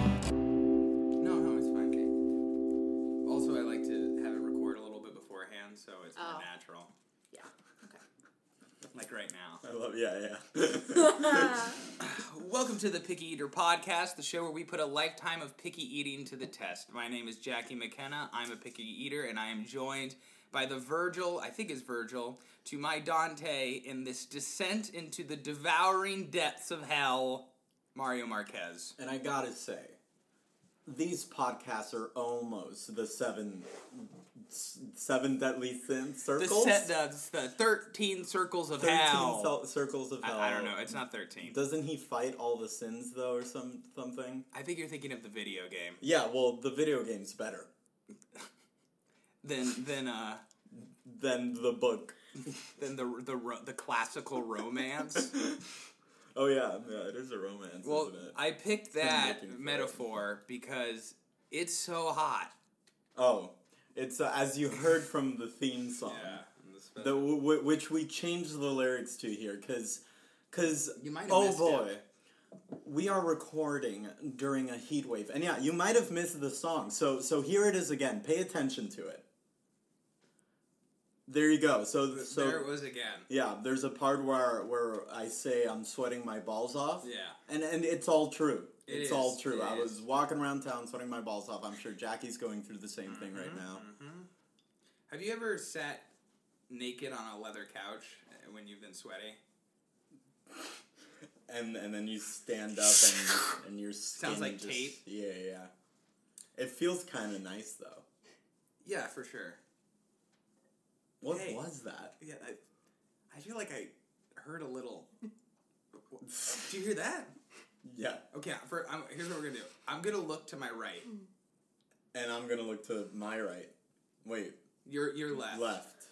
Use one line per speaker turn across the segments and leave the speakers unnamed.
No, no, it's fine, Kate. Also, I like to have it record a little bit beforehand, so it's more
Oh.
natural.
Yeah. Okay.
Like right now.
I love, yeah, yeah.
Welcome to the Picky Eater Podcast, the show where we put a lifetime of picky eating to the test. My name is Jackie McKenna. I'm a picky eater, and I am joined by the Virgil, I think is Virgil, to my Dante in this descent into the devouring depths of hell, Mario Marquez.
and I gotta say, these podcasts are almost the seven, s- seven deadly sin
The,
circles.
set, the, the 13 circles of hell.
Thirteen cel- circles of hell.
I, I don't know. It's not 13.
Doesn't he fight all the sins though, or some something?
I think you're thinking of the video game.
Yeah. Well, the video game's better
Then, then, uh,
than the book.
then the the ro- the classical romance.
Oh yeah, yeah. It is a romance,
Well,
isn't it?
I picked that
looking for it.
metaphor because it's so hot.
oh, it's uh, as you heard from the theme song. The, w- w- which we changed the lyrics to here because because
You might have
oh
missed
boy we are recording during a heat wave and yeah you might have missed the song so so here it is again pay attention to it there you go so so
there it was again.
yeah there's a part where where i say i'm sweating my balls off
Yeah.
and and it's all true
It
it's
is,
all true
it
i
is.
was walking around town sweating my balls off i'm sure jackie's going through the same thing
Mm-hmm.
right now
Have you ever sat naked on a leather couch uh, when you've been sweaty?
and and then you stand up and and your skin
Sounds like
just,
tape.
Yeah, yeah. It feels kind of nice though.
Yeah, for sure.
What
Hey.
was that?
Yeah, I, I feel like I heard a little. Do you hear that?
Yeah,
Okay, for, I'm, here's what we're gonna do. I'm gonna look to my right.
and I'm gonna look to my right. Wait,
Your your
left.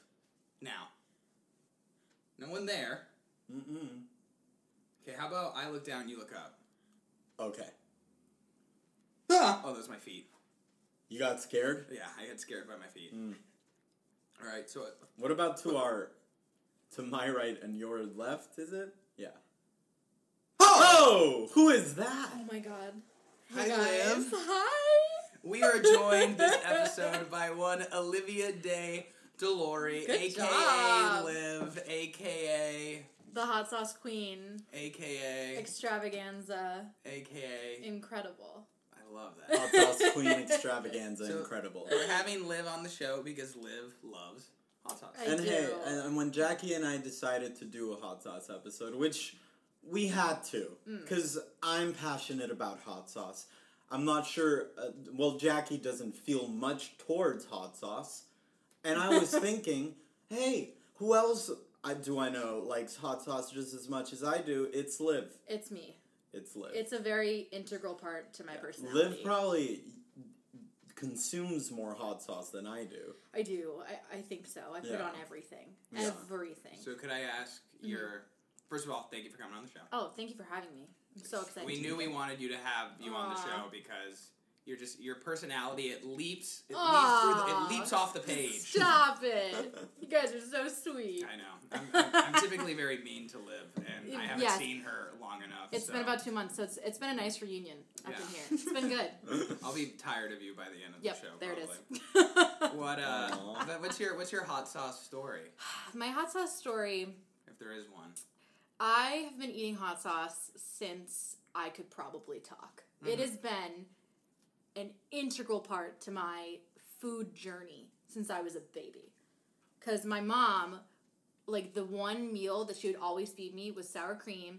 Now. No one there.
Mm-mm.
Okay, how about I look down, you look up?
Okay,
Oh, those are my feet.
you got scared.
Yeah, I got scared by my feet. All right, so
What about to our, to my right and your left? Is it? Yeah. Oh, who is that?
Oh my god.
Hi,
guys.
Liv.
Hi.
we are joined this episode by one Olivia Day Delory,
Good
aka
job.
Liv, aka
The hot sauce queen.
aka
Extravaganza.
aka.
Incredible.
I love that.
Hot sauce queen extravaganza,
Oh So-
incredible.
We're having Liv on the show because Liv loves hot sauce.
I-
And hey,
do.
and, and when Jackie and I decided to do a hot sauce episode, which we had to,
Mm.
because I'm passionate about hot sauce. I'm not sure, uh, well, Jackie doesn't feel much towards hot sauce. And I was thinking, hey, who else I, do I know likes hot sauce just as much as I do? It's Liv.
It's me.
It's Liv.
It's a very integral part to my personality.
Liv probably consumes more hot sauce than I do.
I do. I, I think so. I put
Yeah.
on everything.
Yeah.
Everything.
So could I ask
Mm-hmm.
your first of all, thank you for coming on the show.
oh, thank you for having me. I'm so excited.
We
to
knew
be
we
here.
wanted you to have you on the
Aw.
show because you're just your personality. It leaps. It, leaps, through the,
Aw.
it leaps off the page.
Stop it. You guys are so sweet.
I know. I'm, I'm, I'm typically very mean to Liv, and I haven't
Yes.
seen her long enough.
It's
so
been about two months, so it's it's been a nice reunion up
Yeah.
in here. It's been good.
I'll be tired of you by the end of
yep,
the show.
there
probably.
it is.
What uh?
Aw.
but what's your what's your hot sauce story,
My hot sauce story.
if there is one?
I have been eating hot sauce since I could probably talk. It has been an integral part to my food journey since I was a baby. Because my mom, like the one meal that she would always feed me was sour cream,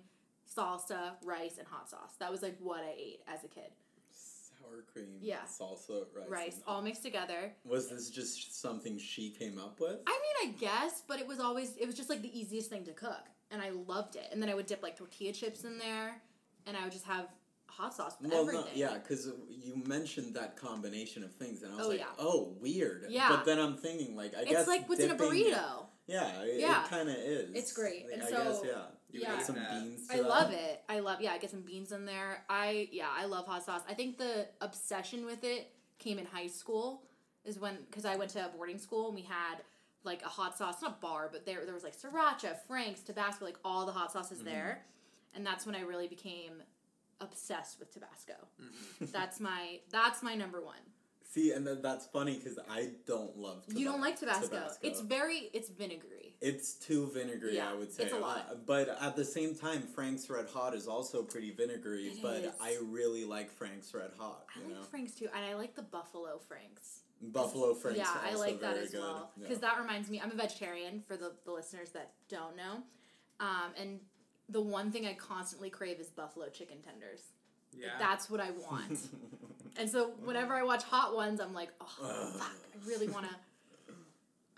salsa, rice, and hot sauce. That was like what I ate as a kid.
Sour cream,
Yeah.
salsa, rice.
Rice,
and
all mixed together.
Was this just something she came up with?
I mean, I guess, but it was always it was just like the easiest thing to cook, and I loved it. And then I would dip like tortilla chips in there, and I would just have hot sauce with
Well,
everything.
no, yeah, because you mentioned that combination of things, and I was
Oh,
like,
yeah.
oh, weird.
Yeah.
But then I'm thinking, like, I guess
it's like what's in a
dipping-
burrito.
Yeah, it,
Yeah.
kind of is.
It's great, and
I
so-
guess, yeah. You
Yeah.
add some
Yeah.
beans. To uh,
I
that.
love it. I love yeah, I get some beans in there. I yeah, I love hot sauce. I think the obsession with it came in high school is when cuz I went to a boarding school and we had like a hot sauce, not bar, but there there was like sriracha, Frank's, Tabasco, like all the hot sauces
Mm-hmm.
there. And that's when I really became obsessed with Tabasco. That's my that's my number 1.
See, and then that's funny because I don't love. Tabasco.
You don't like Tabasco.
Tabasco.
It's very it's vinegary.
It's too vinegary,
Yeah,
I would say.
it's a lot.
Uh, But at the same time, Frank's Red Hot is also pretty vinegary.
It
but
is.
I really like Frank's Red Hot.
I
You know,
like Frank's too, and I like the buffalo Frank's.
Buffalo Frank's.
yeah,
are
I
also
like that
very
as
good.
well.
Yeah.
Because that reminds me, I'm a vegetarian for the, the listeners that don't know. Um, and the one thing I constantly crave is buffalo chicken tenders.
Yeah.
That's what I want. and so whenever I watch hot ones, I'm like, oh,
Ugh.
fuck, I really want to.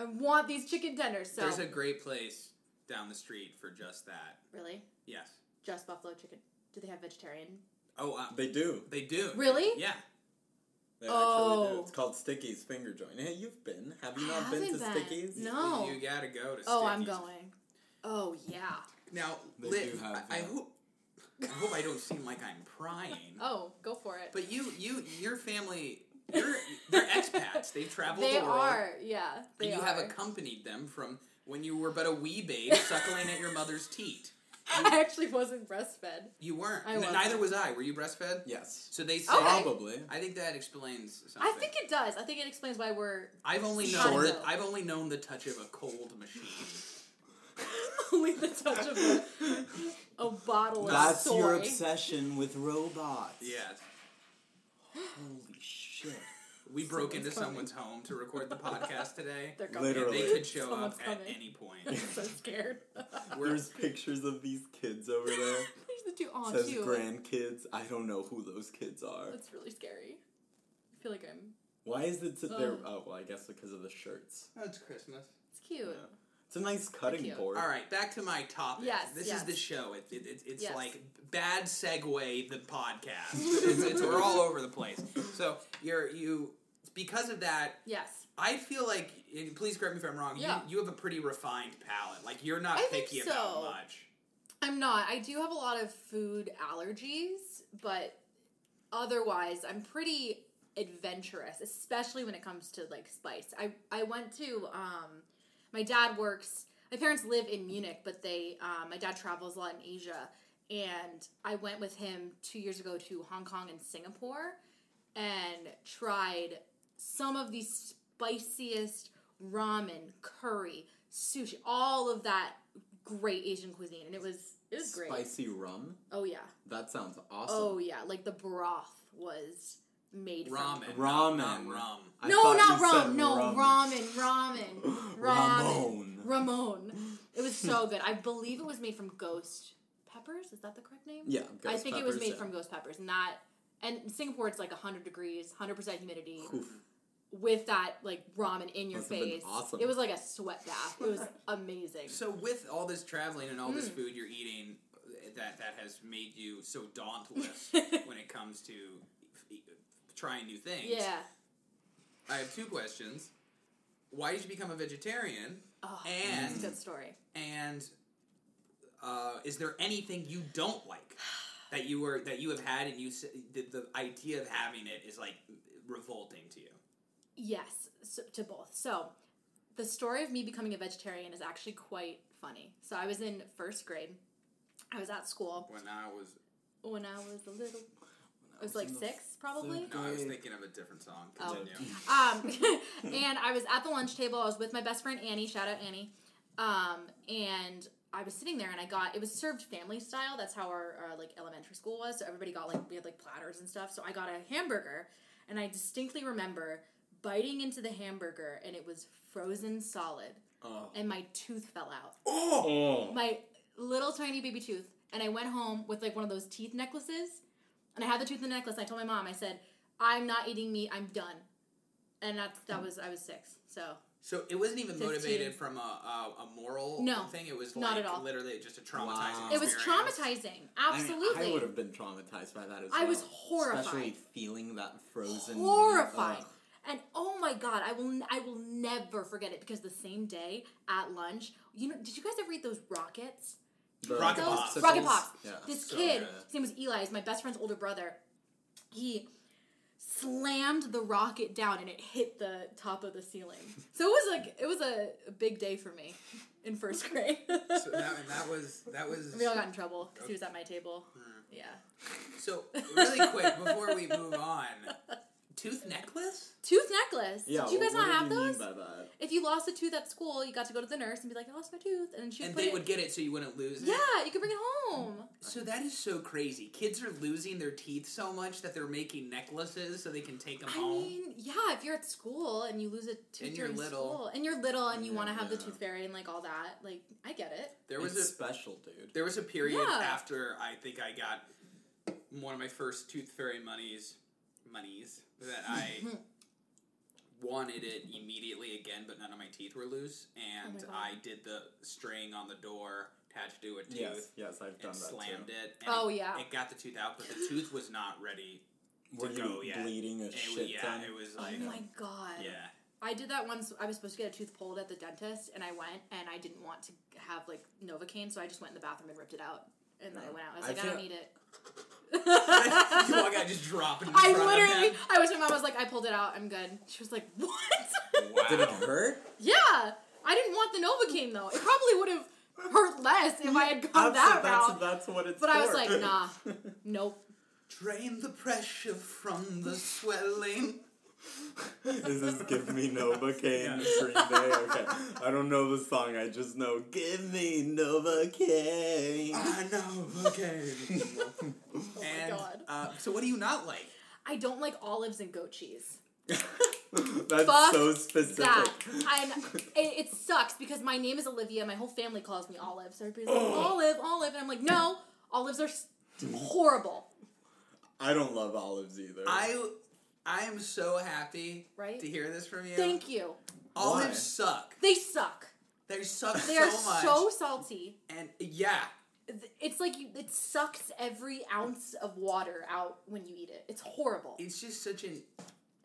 I want these chicken tenders. So,
There's a great place down the street for just that.
really?
Yes.
Just buffalo chicken. Do they have vegetarian?
Oh, uh,
They do.
they do.
Really?
Yeah.
They actually
Oh.
do. It's called Sticky's Finger Joint. Hey, you've been. Have you
I
not been to
haven't been.
Sticky's?
No.
You gotta go to.
Oh, I'm
Stickies.
going. Oh, yeah.
Now,
They
Liv,
do have
I, I
that.
hope I hope I don't seem like I'm prying.
Oh, go for it.
But you, you, your family, you're, they're expats. They've traveled
they
the world,
are, yeah. They
and you
are.
have accompanied them from when you were but a wee babe suckling at your mother's teat.
I actually wasn't breastfed.
You weren't.
I
N-
wasn't.
Neither was I. Were you breastfed?
Yes.
So they said.
Okay.
Probably.
I think that explains something.
I think it does. I think it explains why we're
I've only known.
Short.
I've only known the touch of a cold machine.
only the touch of a, a bottle of
That's
soy.
your obsession with robots.
Yes.
Holy shit.
We broke into
Someone's coming.
someone's home to record the podcast today.
They're coming.
and
Literally.
they could show
Someone's
up at
coming.
any point.
I'm so scared.
We're-
There's pictures of these kids over
There's
there.
the two aw,
says
cute.
grandkids. I don't know who those kids are.
That's really scary. I feel like I'm.
Why is it that they're?
Ugh.
Oh, well, I guess because of the shirts.
Oh, it's Christmas.
It's cute.
Yeah. It's a nice cutting
Cute.
board.
All right, back to my topic.
Yes,
this
yes.
is the show. It, it, it, it's
Yes.
like bad segue the podcast. it's, it's, we're all over the place. So you're you because of that.
Yes.
I feel like, and please correct me if I'm wrong.
Yeah.
You, you have a pretty refined palate. Like you're not
I think
picky
so.
about much.
I'm not. I do have a lot of food allergies, but otherwise, I'm pretty adventurous, especially when it comes to like spice. I I went to um, my dad works. My parents live in Munich, but they um, my dad travels a lot in Asia, and I went with him two years ago to Hong Kong and Singapore, and tried some of the spiciest ramen, curry, sushi, all of that great Asian cuisine, and it was it was great.
Spicy rum.
Oh yeah,
That sounds
oh
awesome.
yeah, like the broth was made from
Ramen.
Ramen.
Not rum.
I
no,
thought
not
you said
rum. No, ramen, ramen, ramen.
Ramon.
Ramon. It was so good. I believe it was made from ghost peppers. Is that the correct name?
Yeah,
I
ghost
think it was
peppers,
made
yeah.
from ghost peppers, not. And in Singapore, it's like 100 degrees, 100% humidity.
Oof.
With that, like ramen in your
Must have been
face,
awesome.
it was like a sweat bath. It was amazing.
So with all this traveling and all
Hmm.
this food you're eating, eh, that that has made you so dauntless when it comes to f- trying new things.
yeah.
I have two questions. Why did you become a vegetarian?
Oh,
And-
that's a good story.
And uh, is there anything you don't like that you were that you have had and you s- the, the idea of having it is like revolting to you?
Yes, so, to both. So, the story of me becoming a vegetarian is actually quite funny. So, I was in first grade. I was at school
When I was
when I was a little. It was
was
like
in the
six, probably.
third
no, I was
Great.
thinking of a different song.
Oh.
Continue.
Um, and I was at the lunch table. I was with my best friend Annie. Shout out Annie. Um, and I was sitting there, and I got it was served family style. That's how our, our like elementary school was. So everybody got like we had like platters and stuff. So I got a hamburger, and I distinctly remember biting into the hamburger, and it was frozen solid,
Oh.
and my tooth fell out.
Oh.
My little tiny baby tooth. And I went home with like one of those teeth necklaces. And I had the tooth and the necklace. And I told my mom, I said, I'm not eating meat. I'm done. And that, that was, I was six. So,
So it wasn't even
Fifteen.
motivated from a, a, a moral
No,
thing. It was like
not at all.
literally just a traumatizing.
Wow.
it was
experience.
traumatizing.
I mean,
Absolutely.
I would have been traumatized by that as well.
I was
Especially
horrified.
feeling that frozen. meat. uh,
horrified.
Ugh.
And oh my god, I will I will never forget it because the same day at lunch, you know, did you guys ever eat those rockets?
The-
Rocket
those?
Pops.
Rocket
Popsicles.
Pops.
Yeah.
This
So
kid,
good.
his name was Eli, he's my best friend's older brother. He slammed the rocket down and it hit the top of the ceiling. So it was like it was a, a big day for me in first grade.
So that, and that was that was.
we all got in trouble because he was at my table. Yeah.
Hmm. So really quick before we move on, tooth necklace.
Tooth necklace.
Yeah,
Did you guys
well,
not have
what do you
those?
Mean by that?
If you lost a tooth at school, you got to go to the nurse and be like, "I lost my tooth," and she
and
put
they
it.
would get it so you wouldn't lose it.
yeah, you could bring it home.
So that is so crazy. Kids are losing their teeth so much that they're making necklaces so they can take them
I
home.
mean, yeah, if you're at school and you lose a tooth
And you're
during
little.
school, and you're little and you want to have the
Yeah.
tooth fairy and like all that, like I get it.
There was
it's
a
special, dude.
there was a period
Yeah.
after I think I got one of my first Tooth Fairy monies monies that I wanted it immediately again, but none of my teeth were loose, and
Oh God.
I did the string on the door attached to a tooth.
Yes, yes, I've done
And
that
slammed
too.
it. And
Oh,
it-
yeah.
it got the tooth out, but the tooth was not ready.
Were
to
you
go, yeah.
bleeding a
It
shit
was, yeah,
ton?
it was like
oh my god.
yeah.
I did that once. I was supposed to get a tooth pulled at the dentist, and I went, and I didn't want to have like Novocaine, so I just went in the bathroom and ripped it out, and then I
Yeah.
went out. I was
I
like, I don't
feel-
need it.
you walk out just dropping. In
I
front
literally,
Of them.
I was. My mom was like, I pulled it out. I'm good. She was like, what?
Wow.
Did it hurt?
yeah, I didn't want the Novocaine though. It probably would have hurt less if I had gone that
Absolutely, that's,
route.
that's what it's
But I was
for.
like, nah. Nope.
Drain the pressure from the swelling.
Is this Give Me Novocaine Green Day? Okay. I don't know the song, I just know Give Me Novocaine.
I know. Okay.
Oh my
And,
god.
Uh, so what do you not like?
I don't like olives and goat cheese.
That's
Fuck
so specific.
That and it, it sucks because my name is Olivia. My whole family calls me Olive. So everybody's like Olive, Olive, and I'm like, no, olives are s- horrible.
I don't love olives either.
I I am so happy
Right?
to hear this from you.
Thank you.
Olives
Why?
suck.
They suck.
They suck
They
so
are
much.
so salty.
and yeah,
Th- It's like you, it sucks every ounce of water out when you eat it. It's horrible.
it's just such an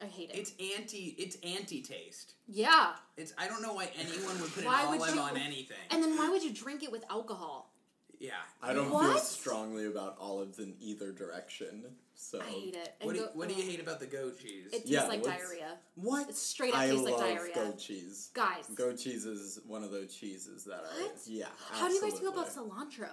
I hate it.
it's anti it's anti taste.
yeah.
It's I don't know why anyone would put
Why
an
would
olive
you-
on anything.
And then why would you drink it with alcohol?
yeah.
I don't feel
What?
strongly about olives in either direction. So
I hate it. And
Oh. What do, you,
go-
what do you
ugh.
hate about the goat cheese?
It tastes
Yeah,
like
what's-
diarrhea.
What?
It straight up
I
tastes like
love
diarrhea.
goat cheese.
Guys,
Goat cheese is one of those cheeses that I
What?
yeah.
how do you guys feel about
absolutely.
cilantro?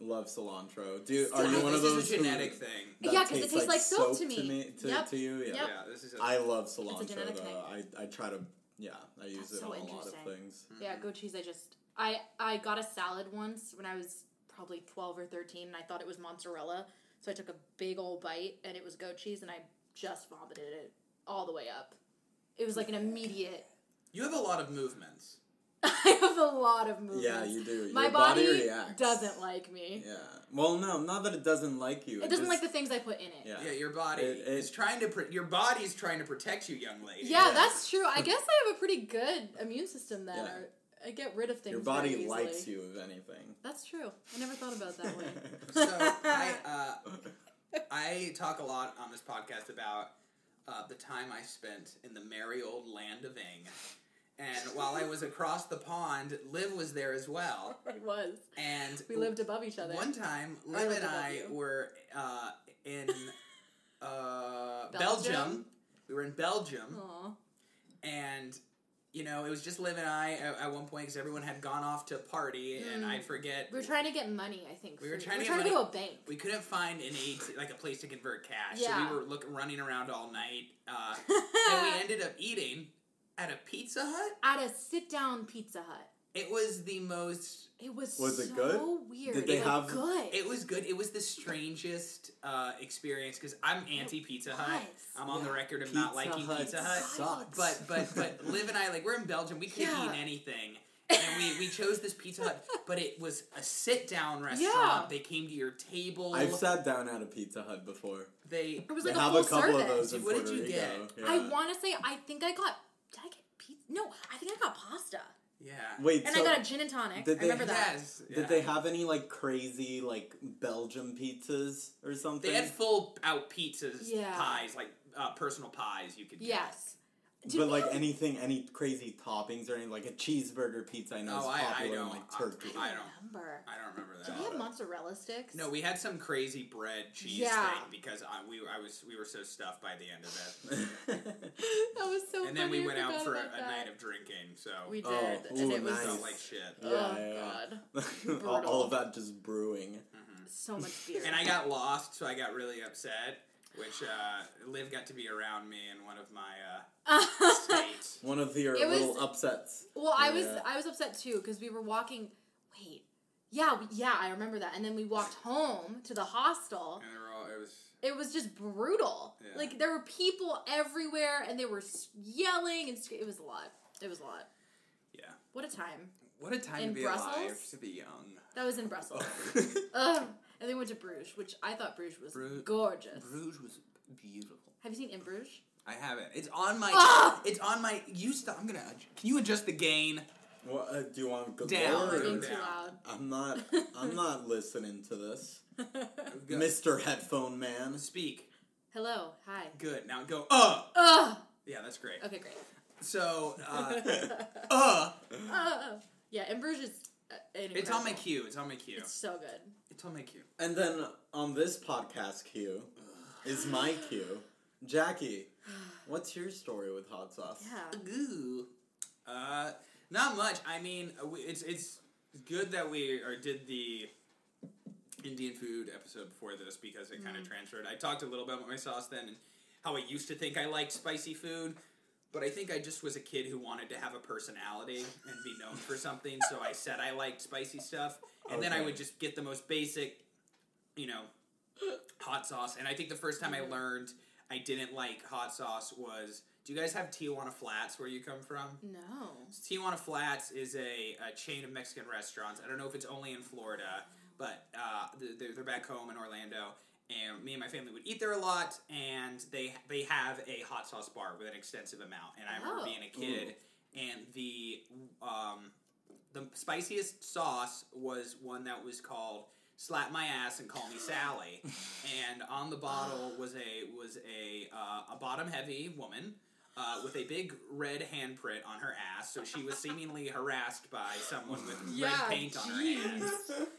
Love cilantro. Do are
I
you
think
one of
this
those
is a
who-
genetic thing.
that
Yeah, 'cause it tastes like soap to me.
to,
Yep.
to you, yeah.
Yep.
Yeah, this is. A,
I love
a
cilantro
genetic
though. I, I try to yeah, I use
That's
it
so
on a lot of
interesting.
things.
Yeah, goat cheese. I just I I got a salad once when I was probably twelve or thirteen, and I thought it was mozzarella, so I took a big old bite, and it was goat cheese, and I just vomited it all the way up. It was like an immediate.
You have a lot of movements.
I have a lot of movements.
Yeah, you do.
Mm-hmm. My
Your
body,
body, reacts.
doesn't like me.
Yeah. Well, no, not that it doesn't like you.
It doesn't
just-
like the things I put in it. Yeah,
Yeah.
Yeah, your body
It- it-
is trying to pr- your body's trying to protect you, young lady.
Yeah.
that's true. I guess I have a pretty good immune system then.
Yeah.
or I get rid of things.
your body
very easily.
likes you if anything.
That's true. I never thought about it that way.
So I uh, I talk a lot on this podcast about uh, the time I spent in the merry old land of Ing. And while I was across the pond, Liv was there as well.
it was.
And
We lived above each other.
One time,
I
Liv
lived
and
above
I
you.
were uh, in uh, Belgium?
Belgium? Oh.
We were in Belgium,
Aw.
and you know, it was just Liv and I at, at one point because everyone had gone off to party, and I forget
We Mm. were trying to get money, I think.
We were
for-
trying to
we were
get
trying to go to a bank.
we couldn't find an AT, like a place to convert cash,
Yeah.
so we were look running around all night, uh, and we ended up eating at a Pizza Hut.
At a sit down Pizza Hut.
It was the most.
It was,
Was
so
it good?
weird.
Did they
Like,
have-
good?
It was good. It was the strangest uh, experience because I'm anti Pizza Hut.
was.
I'm on the record of not liking Pizza Hut.
sucks.
But but but Liv and I like we're in Belgium. We couldn't
Yeah.
eat anything, and we we chose this Pizza Hut. But it was a sit down restaurant.
Yeah.
They came to your table.
I've sat down at a Pizza Hut before.
they
It was
They
like a
have
full
a couple
service.
of those in
What did
Puerto
you
Rico.
get?
Yeah.
I want to say, I think I got. Did I get pizza? No, I think I got pasta.
yeah.
Wait,
And
so
I got a gin and tonic.
did
I
they
remember that.
Yes.
did
yeah.
they have any like crazy like Belgium pizzas or something?
They had full out pizzas,
Yeah.
pies like uh, personal pies you could. Get.
Yes. To
but
be
like
honest-
anything, any crazy toppings or anything, like a cheeseburger pizza, I know is
Oh, I- I
popular in
don't-
like
I-
Turkey.
I
I
don't
don't-
remember.
I don't remember that.
Did we have mozzarella sticks?
No, we had some crazy bread cheese
Yeah.
thing because I, we I was we were so stuffed by the end of it.
that was so.
and then
funny,
we
I
went out
forgot
for a,
about
a
that.
night of drinking, so
We did,
Oh,
and
ooh,
it was
felt
nice.
like shit.
Yeah,
oh
yeah, yeah.
god,
all,
Brutal.
all of that just brewing.
so much beer.
Mm-hmm. And I got lost, so I got really upset. Which uh, Liv got to be around me in one of my uh, states.
One of your
It was-
little upsets.
well, I was
Yeah.
I was upset too because we were walking. Wait, yeah, we, yeah, I remember that. And then we walked home to the hostel.
And they were all, it was
It was just brutal.
Yeah.
Like there were people everywhere, and they were s- yelling, and sc- it was a lot. It was a lot.
yeah.
What a time.
What a time
In
to be
Brussels?
alive, to be young.
That was in Brussels.
Bruges
Ugh. And then we went to Bruges, which I thought Bruges was
Bru-
gorgeous.
was beautiful.
Have you seen In Bruges?
I haven't. It's on my.
Ah!
It's on my. You stop. I'm gonna. adj- Can you adjust the gain?
What, uh, do you want to go
Down.
Am I
Bruges.
being
lower?
too loud?
I'm not. I'm not listening to this,
Go.
Mister Headphone Man.
Speak
Hello. Hi.
good. Now go. Uh.
Ugh.
Yeah, that's great.
Okay, great.
So uh,
uh,
uh,
yeah, In Bruges is uh, an
it's on my
incredible-
cue. It's on my cue.
It's so good.
It's on my cue.
And then on this podcast cue is my cue. Jackie, what's your story with hot sauce?
Yeah.
Ooh. Uh, not much. I mean, uh, we- it's it's good that we or did the Indian food episode before this because it kind of transferred. I talked a little bit about my sauce then and how I used to think I liked spicy food, but I think I just was a kid who wanted to have a personality and be known for something. So I said I liked spicy stuff, and then I
Okay.
would just get the most basic, you know, hot sauce. And I think the first time I learned I didn't like hot sauce was. Do you guys have Tijuana Flats where you come from?
No.
Tijuana Flats is a, a chain of Mexican restaurants. I don't know if it's only in Florida, but uh, th- they're, they're back home in Orlando. And me and my family would eat there a lot, and they they have a hot sauce bar with an extensive amount. And I remember
Oh.
being a kid, and the um, the spiciest sauce was one that was called "Slap My Ass and Call Me Sally," and on the bottle was a was a uh, a bottom heavy woman uh, with a big red handprint on her ass. So she was seemingly harassed by someone with
Yeah,
red paint on her
jeez.
hand,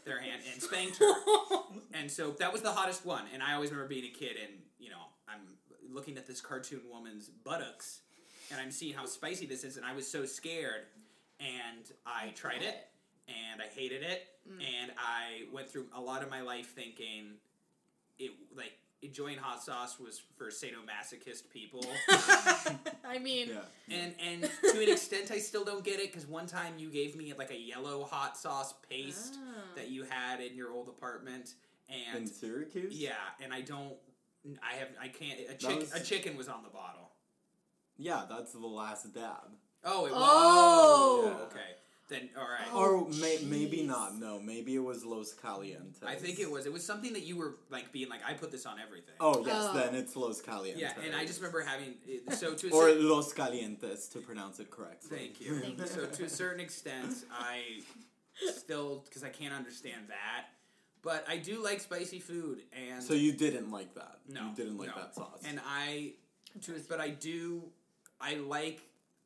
their hand, and spanked her. and so that was the hottest one. And I always remember being a kid, and you know, I'm looking at this cartoon woman's buttocks, and I'm seeing how spicy this is, and I was so scared. And I tried it, and I hated it, and I went through a lot of my life thinking it like enjoying hot sauce was for sadomasochist people.
I mean,
Yeah.
And and to an extent, I still don't get it because one time you gave me like a yellow hot sauce paste
Ah.
that you had in your old apartment,
In
and
Syracuse?
yeah, and I don't, I have, I can't. A
That
chick,
was-
a chicken was on the bottle.
Yeah, that's the last dab.
Oh, it was.
Oh.
Yeah, okay, then all right.
Oh,
or may, maybe
jeez.
not. No, maybe it was Los Calientes.
I think it was. It was something that you were like being like, I put this on everything.
Oh yes,
Oh.
then it's Los Calientes.
yeah, and I just remember having so to a
Or
certain-
Los Calientes to pronounce it correctly.
Thank you.
Thank you.
So to a certain extent, I still because I can't understand that, but I do like spicy food, and
So you didn't like that.
no,
you didn't like
no.
that sauce.
And I, to, but I do, I like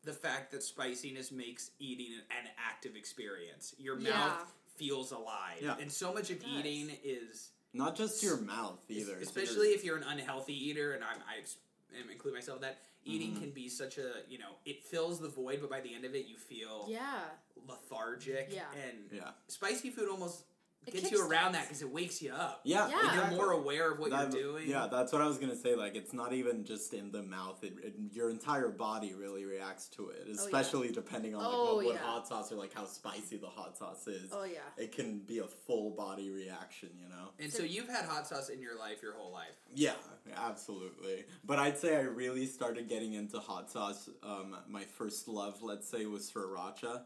the fact that spiciness makes eating an, an active experience. Your mouth
Yeah.
feels alive,
Yeah.
and so much of
does.
eating is
Not just your mouth either. to your-
especially if you're an unhealthy eater and I'm, i ex- am- include myself in that eating
Mm-hmm.
can be such a you know it fills the void but by the end of it you feel
yeah.
lethargic
Yeah.
and
yeah,
spicy food almost
It
gets you around
kickstarts.
that because it wakes you up
yeah,
Yeah.
you're
exactly.
more aware of what
That-
you're doing
Yeah, that's what I was gonna say. Like, it's not even just in the mouth; it, it- your entire body really reacts to it, especially depending on like
Oh,
what, what
yeah.
hot sauce or like how spicy the hot sauce is.
Oh yeah.
It can be a full body reaction, you know.
and so you've had hot sauce in your life your whole life
Yeah, absolutely. But I'd say I really started getting into hot sauce. Um, my first love, let's say, was sriracha.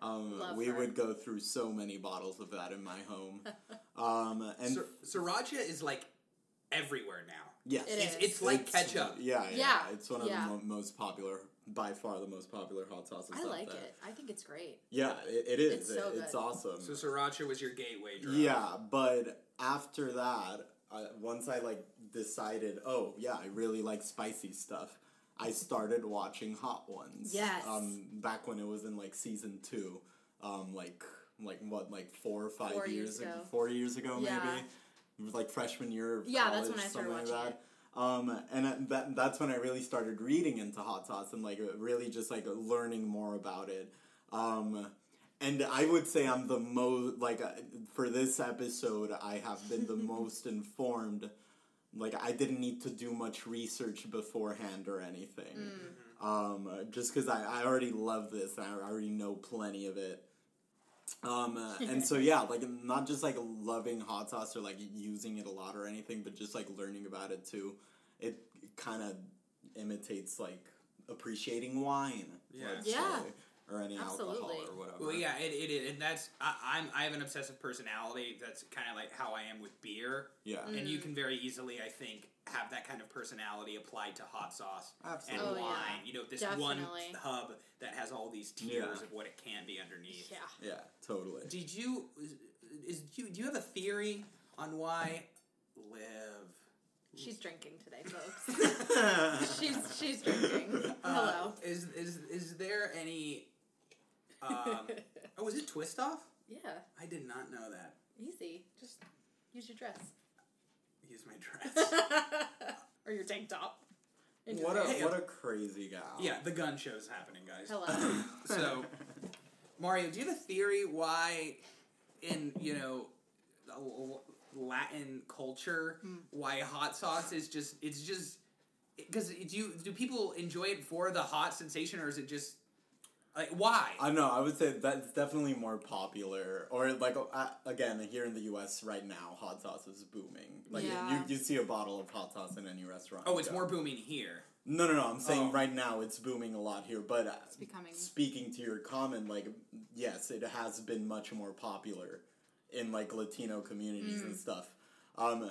Um,
Love
we
her.
would go through so many bottles of that in my home. um, and
Sir- sriracha is like everywhere now
yes,
It
it's,
is.
it's like
It's-
ketchup
Yeah, yeah,
Yeah,
It's one of
yeah.
the mo- most popular, by far the most popular hot sauces.
I
out
like
there.
it. I think it's great.
Yeah, it, it is.
It's so
It- it's
good.
awesome.
so sriracha was your gateway drug
Yeah, but after that, I, once I like decided, oh yeah, I really like spicy stuff. I started watching Hot Ones.
Yes.
Um, back when it was in like season two, um, like like what like four or five
Four
years,
years ago.
four years ago
Yeah.
maybe, It was, like freshman year. Of
Yeah,
college,
that's when I started
something
watching
like that. Um, and I- that that's when I really started reading into hot sauce and like really just like learning more about it. Um, and I would say I'm the most like uh, for this episode I have been the most informed. Like I didn't need to do much research beforehand or anything.
Mm.
Um, uh, just because I, I already love this and I already know plenty of it. Um, uh, and so yeah, like not just like loving hot sauce or like using it a lot or anything, but just like learning about it too. It kind of imitates like appreciating wine,
Yeah.
let's
Yeah.
say, or any
Absolutely.
alcohol or whatever.
Well, yeah, it, it, it and that's I, I'm I have an obsessive personality. That's kind of like how I am with beer,
yeah,
Mm.
and you can very easily, I think, have that kind of personality applied to hot sauce and
absolutely.
Oh, yeah.
wine. You know, this
Definitely.
one hub that has all these tiers
Yeah.
of what it can be underneath.
Yeah.
yeah, totally.
Did you is, is do you, do you have a theory on why live?
She's drinking today, folks. she's she's drinking.
Uh,
Hello.
is is is there any? Um, oh, was it twist off?
Yeah.
I did not know that.
Easy. Just use your dress.
Use my dress.
or your tank top. And
What a
just-
Hey,
what a crazy gal.
yeah, the gun show's happening, guys.
Hello.
So, Mario, do you have a theory why, in you know, L- Latin culture,
Hmm.
why hot sauce is just it's just because do you, do people enjoy it for the hot sensation or is it just like why?
I know. I would say that's definitely more popular, or like uh, again here in the U.S. right now, hot sauce is booming. Like
Yeah.
you, you see a bottle of hot sauce in any restaurant.
oh, it's
Yeah.
more booming here.
No, no, no. I'm saying
Oh.
right now it's booming a lot here, but uh,
becoming-
speaking to your comment, like yes, it has been much more popular in like Latino communities
Mm.
and stuff. Um,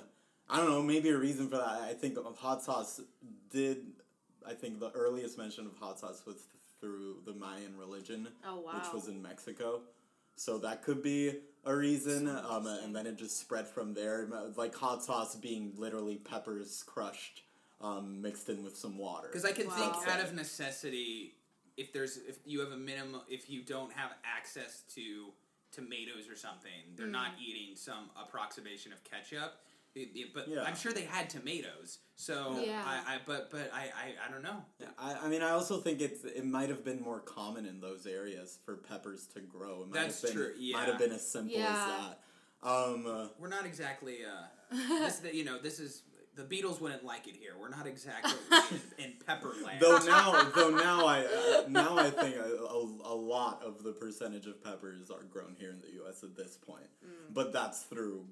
I don't know. Maybe a reason for that. I think hot sauce did. I think the earliest mention of hot sauce was through the Mayan religion,
Oh, wow.
which was in Mexico. So that could be a reason, um, and then it just spread from there. Like hot sauce being literally peppers crushed, um, mixed in with some water.
Because I can
Wow.
think out of necessity, if there's if you have a minimum, if you don't have access to tomatoes or something, they're not
Mm.
eating some approximation of ketchup. It- it- But
Yeah.
I'm sure they had tomatoes, so
Yeah.
I, I but but I, I I don't know.
I, I mean, I also think it's it might have been more common in those areas for peppers to grow. It might
That's
have been,
true, yeah.
might have been as simple
Yeah.
as that. Um, uh,
We're not exactly uh, this, you know this is the Beatles wouldn't like it here. We're not exactly in, in Pepperland.
though now, though now I uh, now I think a, a, a lot of the percentage of peppers are grown here in the U.S. at this point,
Mm.
but that's through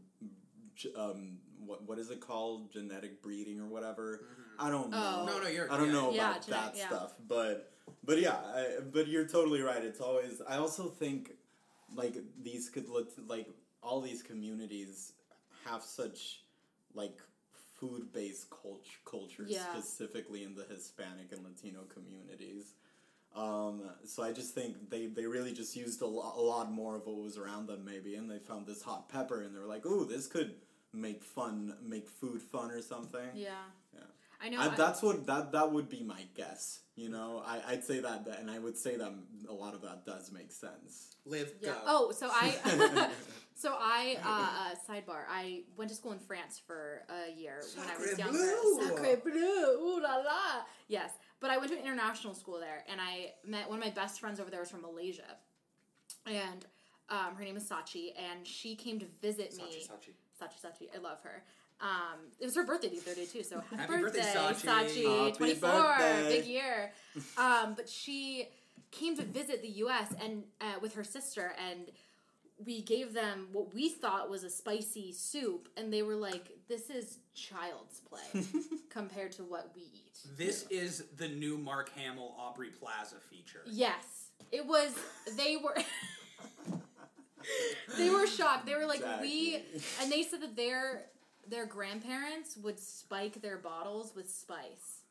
ge- um, what what is it called genetic breeding or whatever. I don't know.
Oh.
Mm-hmm. No, no, you're-
I don't
yeah.
know
Yeah,
about
genetic-
that
yeah.
stuff, but but yeah, I, but you're totally right. It's always I also think like these could look like all these communities have such like food based culture culture
Yeah.
specifically in the Hispanic and Latino communities. Um, so I just think they, they really just used a, lo- a lot more of what was around them maybe, and they found this hot pepper, and they were like, "Ooh, this could make fun, make food fun or something."
yeah.
Yeah.
I know.
I,
I-
that's what that that would be my guess. You know, I I'd say that, that- and I would say that a lot of that does make sense.
Live
Yeah.
go.
Oh, so I, so I, uh, uh, sidebar. I went to school in France for a year when I was
Sacre
younger.
bleu.
Sacre bleu, ooh la la. Yes, but I went to an international school there, and I met one of my best friends over there was from Malaysia, and um, her name is Sachi, and she came to visit me.
Sachi, Sachi.
Sachi, Sachi, I love her. Um, it was her birthday the other day too, so happy,
Happy birthday, Sachi.
Happy
24,
birthday.
big year. Um, but she came to visit the U.S. and uh, with her sister, and we gave them what we thought was a spicy soup, and they were like, "This is child's play compared to what we eat."
This is the new Mark Hamill Aubrey Plaza feature.
Yes, it was. They were. they were shocked. They were like, "We,"
Exactly.
and they said that their their grandparents would spike their bottles with spice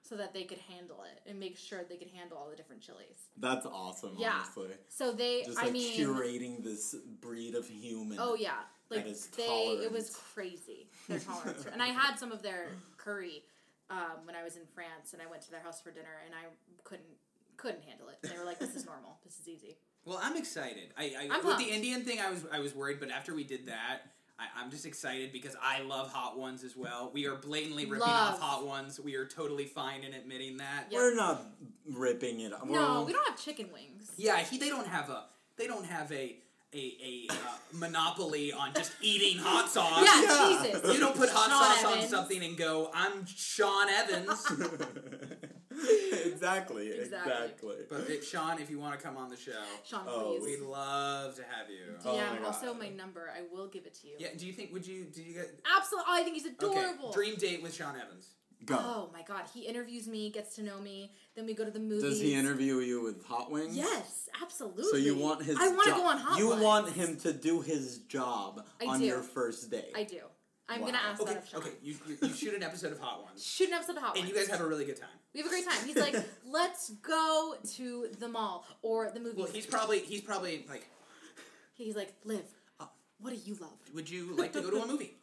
so that they could handle it and make sure they could handle all the different chilies.
That's awesome.
Yeah.
honestly.
So they,
Just
I
like
mean,
curating this breed of human.
oh yeah, like
is
they, it was crazy. Their tolerance, and I had some of their curry um, when I was in France and I went to their house for dinner and I couldn't couldn't handle it. They were like, "This is normal. This is easy."
Well, I'm excited. I, I
I'm
with
pumped.
the Indian thing, I was I was worried, but after we did that, I, I'm just excited because I love hot ones as well. We are blatantly ripping
Love.
off hot ones. We are totally fine in admitting that.
Yeah.
We're not ripping it. We're,
No, we don't have chicken wings.
Yeah, he, they don't have a they don't have a a, a uh, monopoly on just eating hot sauce.
Yeah,
Yeah.
Jesus.
You don't put hot
Sean
sauce on
Evans.
something and go, I'm Sean Evans.
exactly,
Exactly.
exactly.
But it, Sean, if you want to come on the show,
Sean,
Oh,
please.
we'd love to have you.
Oh
DM
my God.
also my number. I will give it to you.
Yeah, do you think would you do you get
Absolutely. Oh, I think he's adorable.
okay? Dream date with Sean Evans.
Go.
Oh my god, he interviews me, gets to know me. Then we go to the movies.
Does he interview you with hot wings?
Yes, absolutely.
So you want his?
I want to
job-
go on hot.
You
Ones.
want him to do his job
I
on
do.
your first date.
I do. I'm
Wow.
gonna ask
Okay,
that of Sean.
okay, you, you, you shoot an episode of Hot Ones,
Shoot an episode of Hot
and
Ones.
you guys have a really good time.
we have a great time. He's like, let's go to the mall or the movies.
Well, he's probably he's probably like,
He's like, Liv,
Oh.
what do you love?
would you like to go to a movie?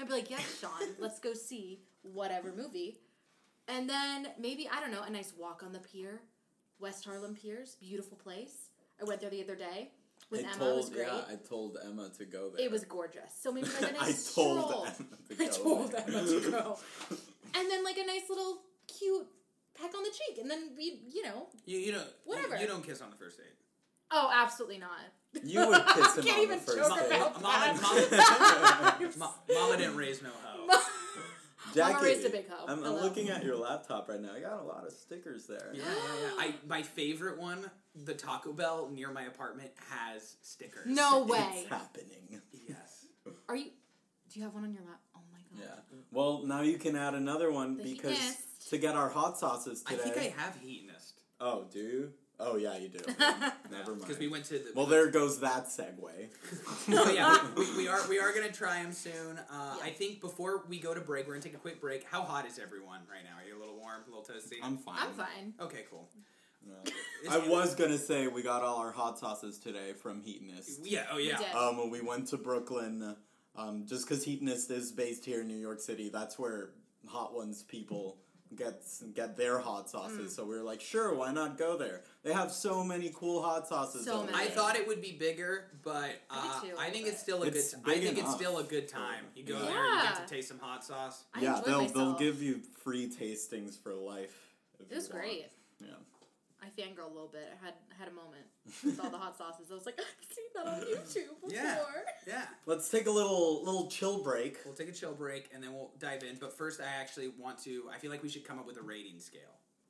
I'd be like, yes, Sean, let's go see whatever movie. And then maybe, I don't know, a nice walk on the pier. West Harlem Piers, beautiful place. I went there the other day
I
with Emma.
told,
it was great.
yeah, I told Emma to go there.
it was gorgeous. So maybe like a
I
nice
told
stroll.
Emma to go
I told
there.
them to go. and then like a nice little cute peck on the cheek. And then we, you know,
You you don't
Whatever.
You, you don't kiss on the first date.
oh, absolutely not.
You would kiss him
I can't
on
even
the first
joke
date.
about
Mama,
that.
Ma- Mama didn't raise no hoe.
Jackie,
raised a big hoe.
I'm, I'm
Hello.
looking at your laptop right now. I got a lot of stickers there.
Yeah, yeah, yeah. I my favorite one, the Taco Bell near my apartment has stickers.
no way. Oh.
It's happening.
Yes.
Are you? Do you have one on your lap? Oh my
Yeah.
god.
Well, now you can add another one
The
because
heatist.
to get our hot sauces
I
today.
think I have heatinist.
Oh, do you? Oh, yeah, you do. Never mind.
Because we went to the
well, there goes that segue.
Oh yeah, we, we, we are we are gonna try them soon. Uh,
Yeah.
I think before we go to break, we're gonna take a quick break. How hot is everyone right now? Are you a little warm, a little toasty?
I'm fine.
I'm fine.
okay, cool.
Yeah.
It's-
I was gonna say we got all our hot sauces today from Heatonist.
Yeah. Oh yeah.
We did.
Um, when we went to Brooklyn, um, just because Heatonist is based here in New York City, that's where Hot Ones people get get their hot
Mm.
sauces. So we were like, sure, why not go there? They have so many cool hot sauces.
So
over
many.
I
there.
thought it would be bigger, but uh,
I did too, a
I
little
think
bit.
it's still a
It's
good. I
big
think it's
enough.
still a good time. You go there, you
Yeah.
get to taste some hot sauce.
I
yeah,
enjoyed
they'll they'll
myself.
give you free tastings for life. if
It was
you want.
great.
Yeah.
I fangirl a little bit. I had I had a moment with all the hot sauces. I was like, I've seen that on YouTube before.
Yeah. Yeah.
Let's take a little little chill break.
We'll take a chill break and then we'll dive in. But first, I actually want to. I feel like we should come up with a rating scale.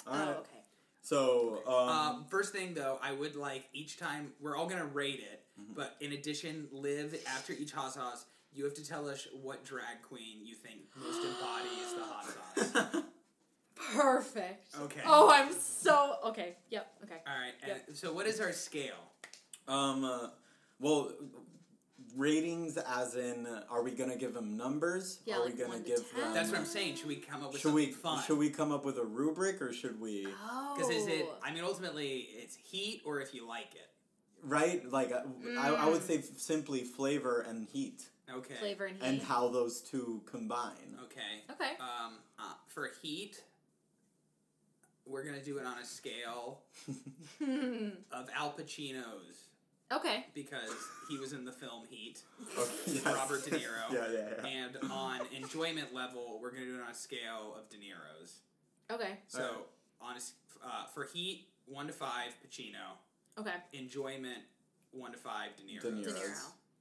All
Oh,
right.
okay.
So um,
Um, first thing though, I would like each time we're all gonna rate it,
Mm-hmm.
but in addition, live after each hot sauce. You have to tell us what drag queen you think most embodies the hot sauce.
Um, Perfect.
Okay.
Oh, I'm so okay. Yep. Okay.
All right. And So, what is our scale?
Um, uh, well, ratings as in, uh, are we gonna give them numbers?
Yeah,
are
like
we gonna
one to
give
ten.
them?
That's what I'm saying. Should we come up with
Should
something
we
fun?
should we come up with a rubric or should we
Oh.
Because is it? I mean, ultimately, it's heat or if you like it.
right like uh, I, I would say f- simply flavor and heat
Okay.
flavor and Mm. heat?
and how those two combine.
Okay.
okay.
Um, uh, for heat, we're gonna do it on a scale of Al Pacino's
okay.
because he was in the film Heat.
Okay, yes.
Robert De Niro.
yeah, yeah, yeah.
And on enjoyment level, we're gonna do it on a scale of De Niro's.
Okay.
So on a s uh, for heat, one to five, Pacino.
Okay.
Enjoyment, one to five, De Niro's.
De
De
Niro.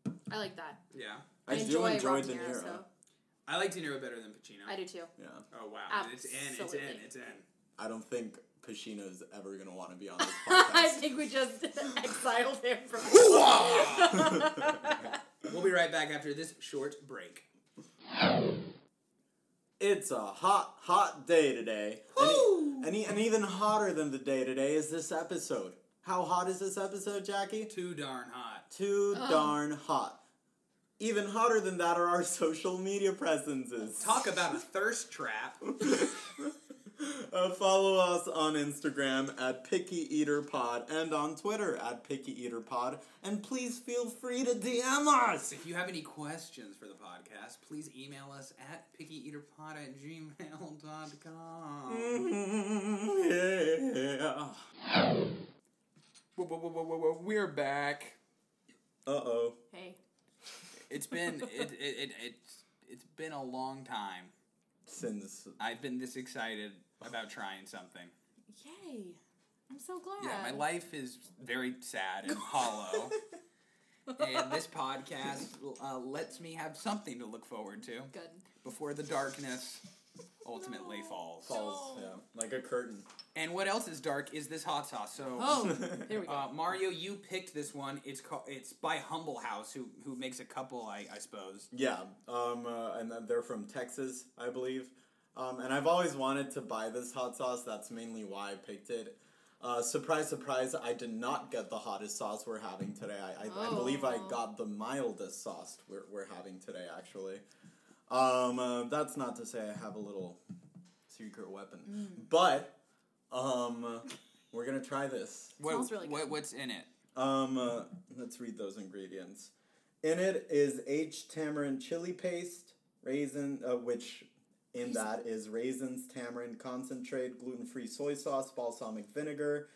Niro. I like that.
Yeah,
I, do
enjoy
enjoy
Robert
De
De Niro,
Niro.
so-
I like De Niro better than Pacino.
I do too.
Yeah,
Oh wow, it's in, it's in,
Absolutely.
it's in.
I don't think Pacino's ever gonna want to be on this
I
podcast.
think we just exiled him from.
We'll be right back after this short break.
It's a hot, hot day today. And, e- and, e- and even hotter than the day today is this episode. How hot is this episode, Jackie?
Too darn hot.
Too darn hot. Even hotter than that are our social media presences.
Talk about a thirst trap.
Uh, follow us on Instagram at Picky Eater Pod and on Twitter at Picky Eater Pod. And please feel free to DM us.
If you have any questions for the podcast, please email us at pickyeaterpod at gmail.com.
Mhm, yeah.
Whoa, whoa, whoa, whoa, whoa, whoa, We're back.
Uh oh.
Hey,
It's been it, it, it it's it's been a long time.
Since
I've been this excited about trying something.
yay! I'm so glad.
Yeah, my life is very sad and hollow. and this podcast uh, lets me have something to look forward to
Good.
before the darkness ultimately
No.
falls.
falls, yeah, like a curtain.
And what else is dark is this hot sauce. So,
Oh, there we go.
uh, Mario, you picked this one. It's called, it's by Humble House, who who makes a couple, I, I suppose.
Yeah, um, uh, and th- they're from Texas, I believe. Um, and I've always wanted to buy this hot sauce. That's mainly why I picked it. Uh, surprise, surprise! I did not get the hottest sauce we're having today. I, I, I believe I
Oh.
got the mildest sauce we're, we're having today, actually. Um, uh, that's not to say I have a little secret weapon,
Mm.
but um, we're gonna try this.
What,
Smells really
what
good.
what's in it?
Um, uh, let's read those ingredients. In it is aged tamarind chili paste, raisin, uh, which in that is raisins, tamarind concentrate, gluten-free soy sauce, balsamic vinegar,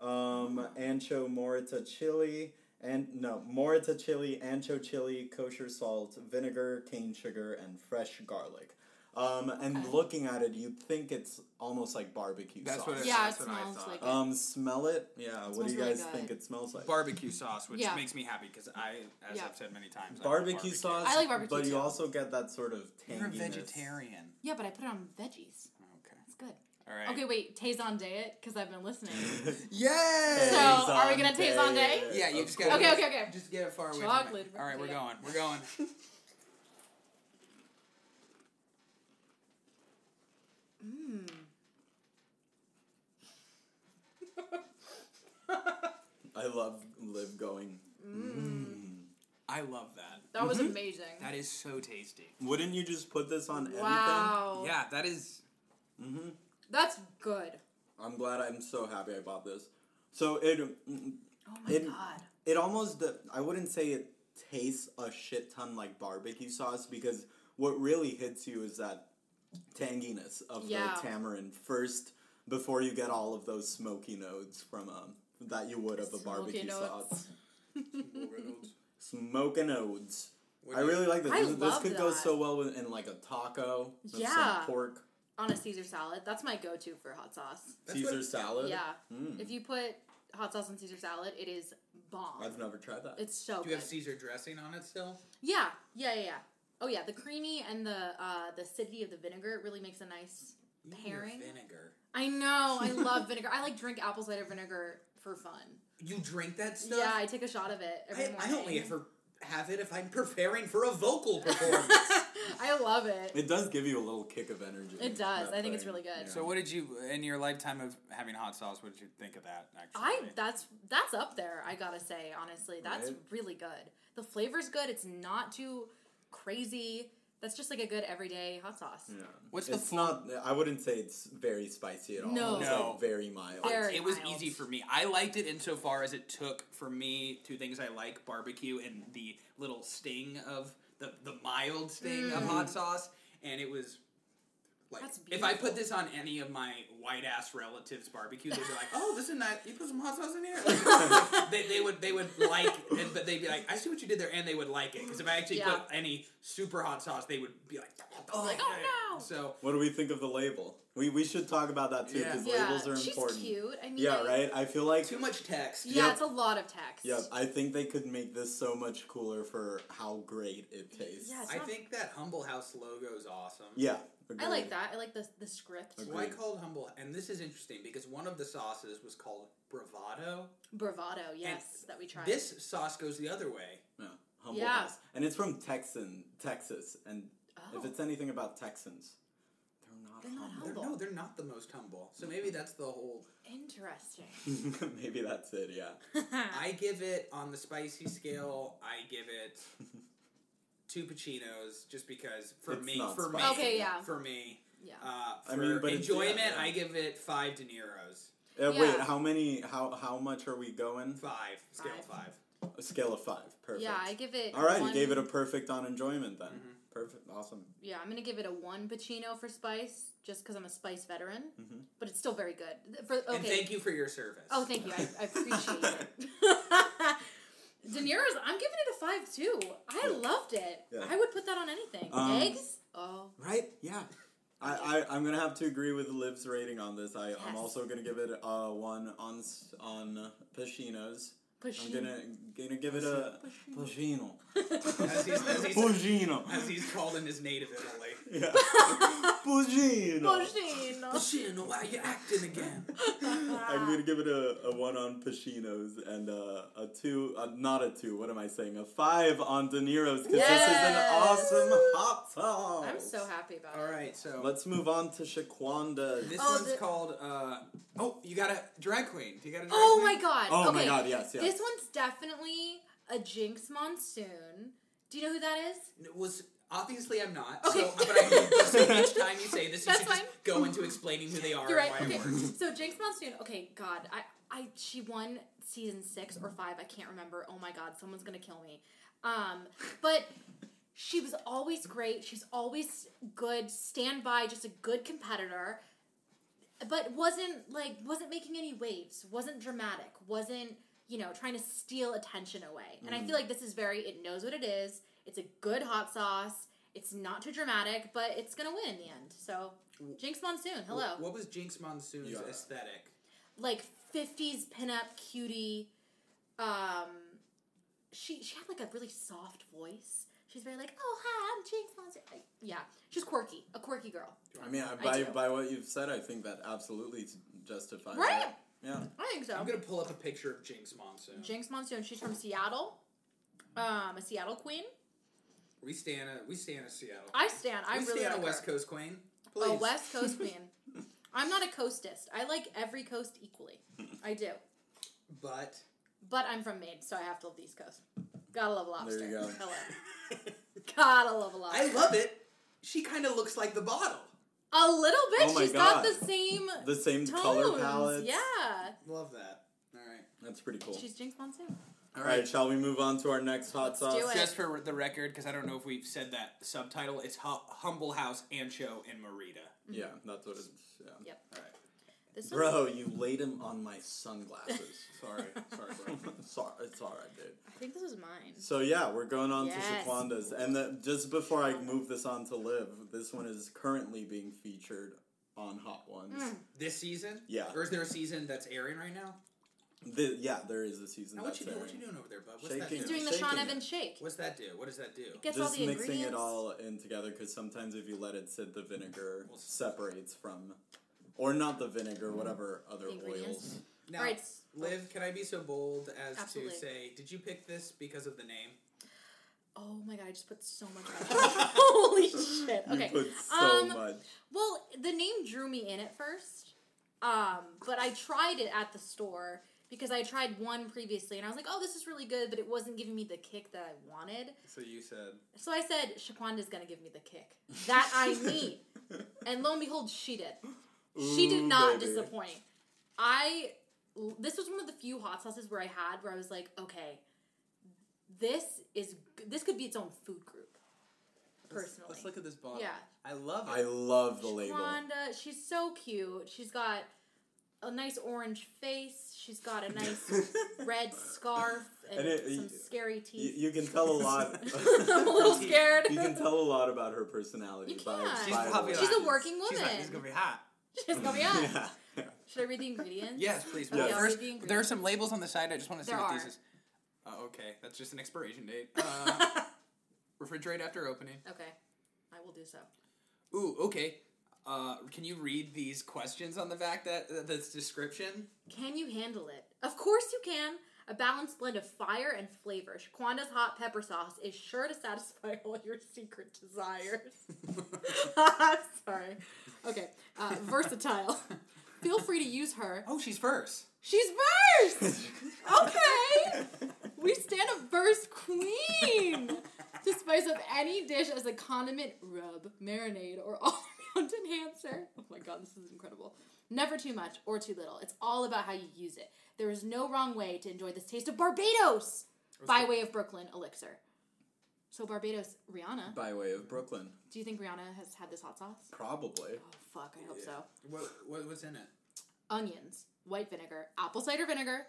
um, ancho morita chili, and no morita chili, ancho chili, kosher salt, vinegar, cane sugar, and fresh garlic. Um, and
Okay.
looking at it, you'd think it's almost like barbecue
That's
sauce.
what it,
Yeah,
that's what
it
I
smells
thought.
like it.
Um, smell it. Yeah. what
smells
do you
really
guys
good.
think it smells like?
barbecue sauce, which
Yeah.
makes me happy because I, as
Yeah.
I've said many times, I love
barbecue, sauce.
I like barbecue
but you
too.
also get that sort of tanginess.
You're a vegetarian.
yeah, but I put it on veggies.
Okay.
It's good.
All right.
Okay, wait. Taste on diet because I've been listening.
Yay!
So, are we gonna taste on day?
yeah, you
Of
just gotta
Okay, okay, okay.
Just get it far away.
Chocolate
From it. All right, we're
tortilla.
going. We're going.
Mmm.
I love live going. Mm.
I love that.
That was
Mhm.
amazing.
Mm-hmm. That is so tasty.
Wouldn't you just put this on
Wow.
Yeah, that is.
anything? hmm
That's good.
I'm glad. I'm so happy I bought this. So it
Oh my
It-
god.
it almost I wouldn't say it tastes a shit ton like barbecue sauce because what really hits you is that tanginess of
Yeah.
the tamarind first before you get all of those smoky notes from um that you would of a
Smoky
barbecue sauce.
notes.
Smoking odes.
What
I
do you-
really like this.
I
this this
love
could go
that.
so well with, in like a taco, with
Yeah.
some pork,
On a Caesar salad, that's my go-to for hot sauce.
That's
Caesar
what-
salad.
Yeah.
Mm.
If you put hot sauce on Caesar salad, it is bomb.
I've never tried that.
It's so
Do
good.
you have Caesar dressing on it still?
yeah, yeah, yeah, yeah. Oh yeah, the creamy and the uh, the acidity of the vinegar really makes a nice.
Ooh,
Pairing?
vinegar.
I know. I love vinegar. I like drink apple cider vinegar for fun.
You drink that stuff?
Yeah, I take a shot of it every
I, I
morning.
only ever have it if I'm preparing for a vocal performance.
I love it.
it does give you a little kick of energy.
It does.
that
I think it's
thing.
really good.
Yeah.
So, what did you in your lifetime of having hot sauce? What did you think of that? Actually,
I that's that's up there. I gotta say honestly, that's
Right?
really good. The flavor's good. It's not too crazy. That's just like a good everyday hot sauce.
Yeah.
What's the
it's not I wouldn't say it's very spicy at all.
No.
It's
No.
like very mild.
Very-
it was
mild.
easy for me. I liked it insofar as it took for me two things I like: barbecue and the little sting of the the mild sting of hot sauce. And it was like
Mm. That's
if I put
beautiful.
this on any of my white ass relatives' barbecue, they'd be like, "Oh, this is nice. You put some hot sauce in here." Like, they, they would they would like, and, but they'd be like, "I see what you did there," and they would like it because if I actually
Yeah.
put any super hot sauce, they would be like, "Oh,
Like,
okay."
"Oh, no."
So
What do we think of the label? We we should talk about that too
Yeah.
because
yeah,
labels are
she's
important.
cute. I mean,
Yeah,
like-
right? I feel like
Too much text.
Yeah,
Yep.
it's a lot of text.
yeah, I think they could make this so much cooler for how great it tastes.
Yes.
I think that Humble House logo is awesome.
Yeah.
I like
agreed.
that. I like the the script.
Okay.
So I called Humble, and this is interesting because one of the sauces was called Bravado.
Bravado, yes, that we tried.
This sauce goes the other way.
Yeah. Humble
Yeah.
House. And it's from Texan, Texas. And
oh,
if it's anything about Texans, they're not
They're not
They're,
humble.
humble.
no, they're not the most humble. So maybe that's the whole.
interesting.
Maybe that's it, yeah.
I give it on the spicy scale. I give it two Pacinos, just because for
It's
me,
not
for me,
spicy.
Okay, yeah.
for me,
Yeah.
Uh, for
I mean, but it's-
enjoyment,
yeah, yeah.
I give it five De Niro's.
Uh, Wait,
Yeah.
how many? How how much are we going?
Five. Scale
Five.
five.
A scale of five. Perfect.
Yeah, I give it.
All right,
one,
you gave it a perfect on enjoyment then.
Mhm.
Perfect. Awesome.
Yeah, I'm gonna give it a one Pacino for spice, just because I'm a spice veteran.
Mhm.
But it's still very good. For okay.
And thank you for your service.
Oh, thank you. I, I appreciate it. De Niro's, I'm giving it a five too. I loved it.
Yeah.
I would put that on anything.
Um,
Eggs? Oh,
Right? Yeah. I, I, I'm gonna have to agree with Liv's rating on this. I,
Yes.
I'm also gonna give it a one on s- on Pacino's. I'm
Pacino.
gonna gonna give it a Pacino.
As he's, as he's,
Pacino.
as he's called in his native Italy.
Yeah. Pacino.
Pacino.
Shin, why you acting again?
I'm gonna give it a, a one on Pacino's and a, a two, uh not a two. What am I saying? A five on De Niro's because
Yes!
this is an awesome hot sauce.
I'm so happy about
All right, so
Let's move on to Shaquanda.
this
Oh,
one's
the-
called. Uh, oh, you got a drag queen. You got a
it.
drag
Oh
queen?
my god.
Oh
okay.
my god, yes, yes.
This one's definitely a Jinx Monsoon. Do you know who that is?
It was obviously I'm not.
Okay.
So, but I so each time you say this, you
That's
should just
fine.
go into explaining who they are
You're right.
and why
Okay.
it works.
so Jinx Monsoon. Okay, God, I, I, she won season six or five. I can't remember. Oh my God, someone's gonna kill me. Um, but she was always great. She's always good. Stand by, just a good competitor. But wasn't like wasn't making any waves. Wasn't dramatic. Wasn't you know trying to steal attention away. And I feel like this is very. It knows what it is. It's a good hot sauce. It's not too dramatic, but it's gonna win in the end. So, Jinx Monsoon, hello
What, was Jinx Monsoon's
Yeah.
aesthetic?
like 50s pinup cutie. Um, she she had like a really soft voice. She's very like, oh hi, I'm Jinx Monster. Like, yeah, she's quirky, a quirky girl.
I mean, I-
Oh, I
by,
do.
by what you've said, I think that absolutely justifies
Right?
it. Yeah.
I think so.
I'm gonna pull up a picture of Jinx Monsoon.
Jinx Monsoon. She's from Seattle. Um, a Seattle queen.
we stand a we stand a Seattle.
I stand. I
we
really
stand
like
a West
her.
Coast queen.
A
Please.
West Coast queen. I'm not a coastist. I like every coast equally. I do,
But
but I'm from Maine, so I have to love the East Coast. Gotta love lobster.
There you go.
Hello. Gotta love a lobster.
I love it. She kind of looks like the bottle.
A little bit.
Oh my
She's got
God.
the same
The same
tones.
color palette.
Yeah.
Love that. All right.
That's pretty cool.
She's Jinx Monsoon.
All right, shall we move on to our next hot
Let's do
sauce?
it.
Just for the record, because I don't know if we've said that subtitle, it's Hu- Humble House, Ancho, and Marita.
Yeah, that's what it's. Yeah.
Yep.
All right.
This One,
Bro, you laid him on my sunglasses.
Sorry. Sorry, bro.
sorry, it's all right, dude.
I think this is mine.
So yeah, we're going on
Yes.
to Shaquanda's, and the, just before I move this on to Liv, this one is currently being featured on Hot Ones.
Mm.
This season?
Yeah.
Or is there a season that's airing right now?
The- yeah, there is a season.
Now, what
that's
you doing? What
airing.
you doing over there, bud? What's
Shaking
that
He's
do?
doing the
shaking
Sean
it.
Evans shake.
What's that do? What does that do?
It gets all
Just
the
mixing
ingredients.
it all in together because sometimes if you let it sit, the vinegar
Well, s-
separates from, or not the vinegar, whatever other
Mm. The ingredients.
oils.
Now,
all right.
Liv, can I be so bold as
Absolutely.
to say, did you pick this because of the name?
Oh my god! I just put so much. on it. Holy shit! Okay.
You put so
um,
much.
Well, the name drew me in at first, um, but I tried it at the store because I tried one previously, and I was like, "Oh, this is really good," but it wasn't giving me the kick that I wanted.
So you said.
So I said, Shaquanda's gonna give me the kick that I need. and lo and behold, she did. She did
Ooh,
not
baby.
disappoint. I, this was one of the few hot sauces where I had where I was like, okay, this is, g- this could be its own food group, personally.
Let's look at this bottle.
Yeah.
I love
I
it.
love the label.
Shaquanda, she's so cute. She's got a nice orange face. She's got a nice red scarf and,
And it-
some
you-
scary
You,
teeth.
you can tell a lot.
I'm a little scared.
you can tell a lot about her personality.
You
by-
can.
She's
by the
probably
way
like-
She's a working
She's like,
woman.
this is going to be hot.
She's gonna be on.
yeah.
Should I read the ingredients?
Yes, please.
Okay,
but
I'll read
First,
the ingredients.
there are some labels on the side. I just want to see
There
what
are.
these is. Oh, okay. That's just an expiration date. Uh, refrigerate after opening.
okay, I will do so.
Ooh, okay. Uh, can you read these questions on the back that uh, this description?
Can you handle it? Of course you can. A balanced blend of fire and flavor, Shaquanda's hot pepper sauce is sure to satisfy all your secret desires. Sorry. Okay. Uh, versatile. Feel free to use her.
Oh, she's first.
She's first. Okay. We stand a verse queen to spice up any dish as a condiment, rub, marinade, or all sound enhancer. Oh my god, this is incredible. Never too much or too little. It's all about how you use it. There is no wrong way to enjoy this taste of Barbados by way of Brooklyn elixir. So Barbados, Rihanna.
By way of Brooklyn,
Do you think Rihanna has had this hot sauce?
probably.
Oh fuck, I hope so.
What, what what's in it?
Onions, white vinegar, apple cider vinegar,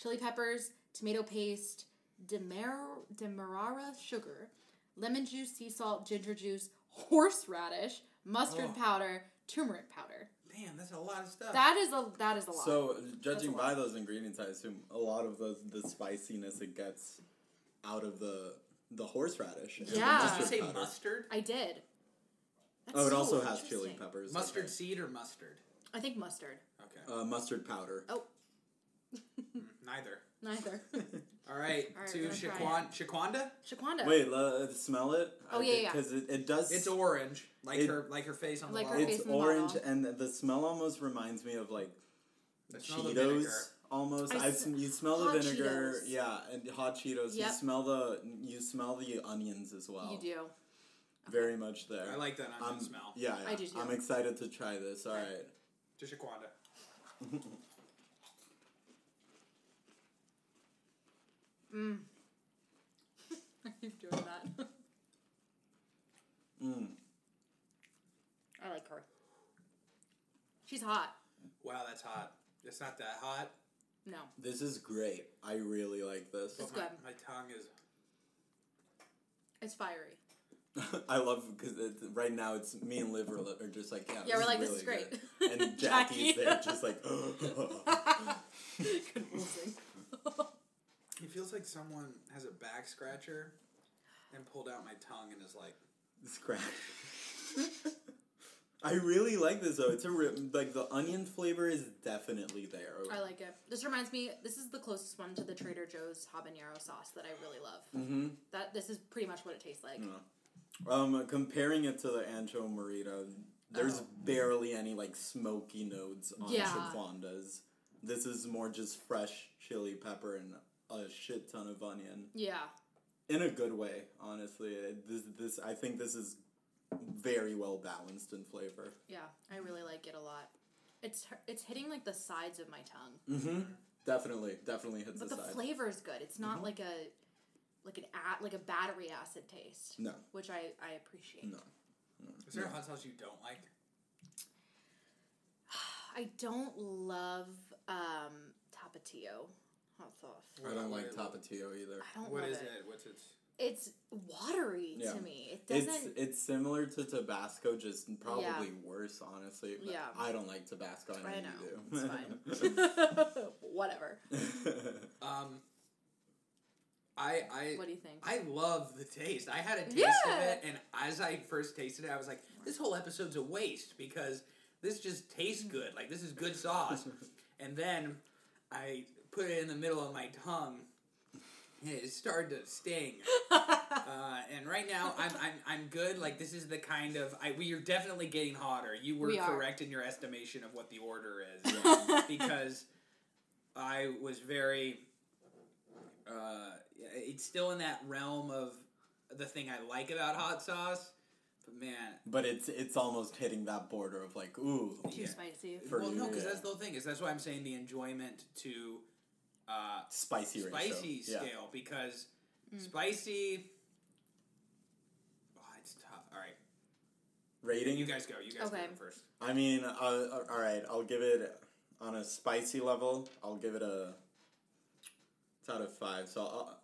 chili peppers, tomato paste, demer demerara sugar, lemon juice, sea salt, ginger juice, horseradish, mustard powder, turmeric powder.
Damn, that's a lot of stuff.
That is a that is a lot.
So, uh, judging
a
by
lot.
those ingredients, I assume a lot of those the spiciness it gets out of the the horseradish. and the
Yeah.
Did you
mustard
say
powder.
mustard?
I did. That's
Oh, it
so
also has chili
interesting.
peppers.
Mustard
okay.
seed or mustard?
I think mustard.
Okay.
Uh, mustard powder.
Oh,
Neither.
neither.
All right.
All right,
to
we're gonna try
Shaquan Shaquanda.
Shaquanda.
Wait, let, smell it.
Uh, Oh, yeah, yeah.
Because it, it does.
It's orange, like
It-
her like her face on the
Like her
bottle.
face
it's
in the
orange,
bottle.
and the smell almost reminds me of like
The smell of
Cheetos.
vinegar.
Almost,
I
I
s-
sm- you smell the
hot
vinegar,
Cheetos.
yeah, and hot Cheetos. You
Yep.
smell the, you smell the onions as well.
You do.
very much there.
I like that onion
Um,
smell.
Yeah, yeah.
I do too.
I'm excited to try this. All right.
To Shaquanda.
I keep doing that.
Mm.
I like her. She's hot.
Wow, that's hot. It's not that hot.
No.
This is great. I really like this.
It's
My,
good.
my tongue is.
It's fiery.
I love because right now it's me and Liv are, li- are just like yeah.
Yeah, we're like,
really
this is great.
good. And Jackie's
Jackie.
there, just like.
Convulsing.
It feels like someone has a back scratcher, and pulled out my tongue and is like,
Scratch. I really like this though. It's a real like the onion flavor is definitely there.
I like it. This reminds me. This is the closest one to the Trader Joe's habanero sauce that I really love.
Mm-hmm. Mm.
That this is pretty much what it tastes like.
Um, comparing it to the ancho marita, there's barely any like smoky notes on
Oh. Yeah.
Shaquanda's. This is more just fresh chili pepper and a shit ton of onion
Yeah.
in a good way. Honestly, It- this this I think this is very well balanced in flavor.
Yeah. I really like it a lot. It's it's hitting like the sides of my tongue.
Mm-hmm. Definitely, definitely hits
But
the Mm-hmm.
the
side.
flavor is good. It's not like a like an a, like a battery acid taste,
no,
which I I appreciate.
Mm. no.
"Is there a hot sauce you don't like?"
I don't love um tapatio hot sauce.
I don't like
What-
Tapatio either.
I don't
What
love
is
it.
it? What's its?
It's watery
Yeah.
to me. It
It's
doesn't.
it's similar to Tabasco, just probably
Yeah.
worse, honestly. But
Yeah.
I don't like Tabasco. I know,
I know.
you
It's
do.
fine. Whatever.
Um, I I
What do you think?
I love the taste. I had a taste of
Yeah.
it, and as I first tasted it, I was like, this whole episode's a waste because this just tastes good. Like, this is good sauce. and then I put it in the middle of my tongue, and it started to sting. uh, and right now, I'm, I'm, I'm good. Like, this is the kind of. I, we are definitely getting hotter. You were
We are.
correct in your estimation of what the order is because I was very. Uh, it's still in that realm of the thing I like about hot sauce, but man,
but it's it's almost hitting that border of like ooh.
Too
yeah.
spicy.
For
well, no,
you,
because
yeah.
that's the whole thing. Is that's why I'm saying the enjoyment to uh,
Spicy ratio.
spicy
Yeah.
scale because
Mm.
spicy. Oh, it's tough. All right,
Rating.
you guys go. You guys
Okay.
go first.
I mean, uh, uh, all right. I'll give it on a spicy level. I'll give it a. It's out of five, so I'll,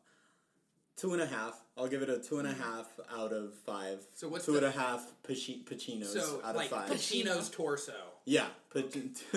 two and a half. I'll give it a two and a half out of five.
Mm. So what's
two and
the-
a half pachi- Pacinos
So,
out of
like
five?
Pacino's torso.
yeah, pa-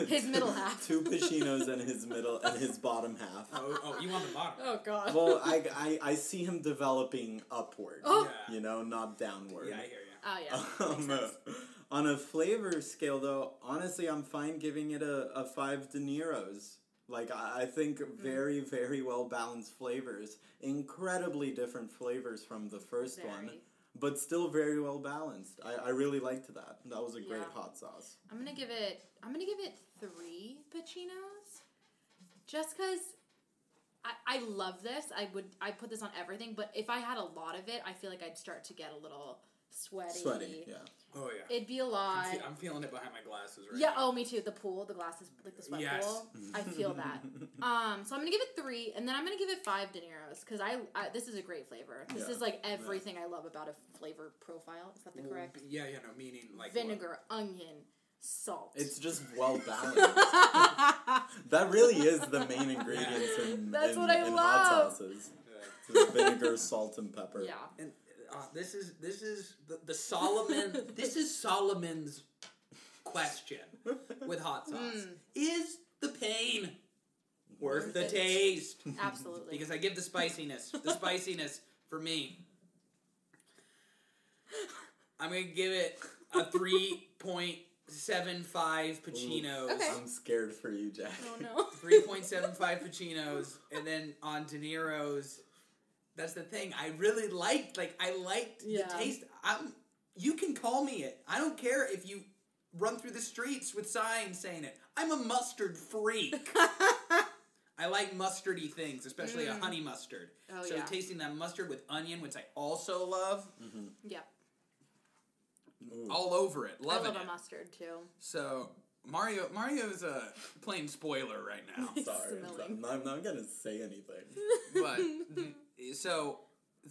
His middle half.
Two Pacinos and his middle and his bottom half.
Oh, oh, you want the bottom?
Oh god.
Well, I, I I see him developing upward.
Oh.
Yeah.
You know, not downward.
Yeah, I hear you.
oh yeah. Makes
Um,
sense.
uh, on a flavor scale, though, honestly, I'm fine giving it a, a five De Niro's. Like, I, I think
Hmm.
very, very well balanced flavors. Incredibly different flavors from the first one,
Very.
but still very well balanced. I, I really liked that. That was a great
Yeah.
hot sauce.
I'm gonna give it. I'm gonna give it three Pacinos, just because. I, I love this. I would I put this on everything, but if I had a lot of it, I feel like I'd start to get a little sweaty.
Sweaty, yeah.
Oh yeah.
It'd be a
I'm,
lot.
fe- I'm feeling it behind my glasses right
Yeah.
now.
Oh, me too. The pool, the glasses, like the sweat
Yes.
pool. I feel that. Um, so I'm gonna give it three, and then I'm gonna give it five dineros because I, I this is a great flavor. This
Yeah.
is like everything I love about a flavor profile. Is that the
Well,
correct?
Yeah, yeah, no, meaning like what?
Vinegar, onion, salt.
It's just well balanced. that really is the main ingredients in,
That's
in,
what I
in hot
love.
sauces.
Yeah.
It's vinegar, salt, and pepper.
yeah.
Uh, And uh, this is this is the, the Solomon. this is Solomon's question with hot sauce: Is the pain worth the
Hmm. it.
taste?
Absolutely.
Because I give the spiciness. The spiciness for me. I'm gonna give it a three point seven five Pacinos.
Okay.
I'm scared for you, Jack.
oh no.
Three point seven five Pacinos, and then on De Niro's. That's the thing. I really liked, like, I liked
Yeah.
the taste. I'm. You can call me it. I don't care if you run through the streets with signs saying it. I'm a mustard freak. I like mustardy things, especially
Mm.
a honey mustard.
Oh,
so
yeah.
tasting that mustard with onion, which I also love,
yeah.
Ooh.
all over it,
I
loving
love a
it.
mustard too.
So Mario, Mario's uh, playing spoiler right now.
Sorry,
Smelling.
I'm not, I'm not gonna say anything.
but th- so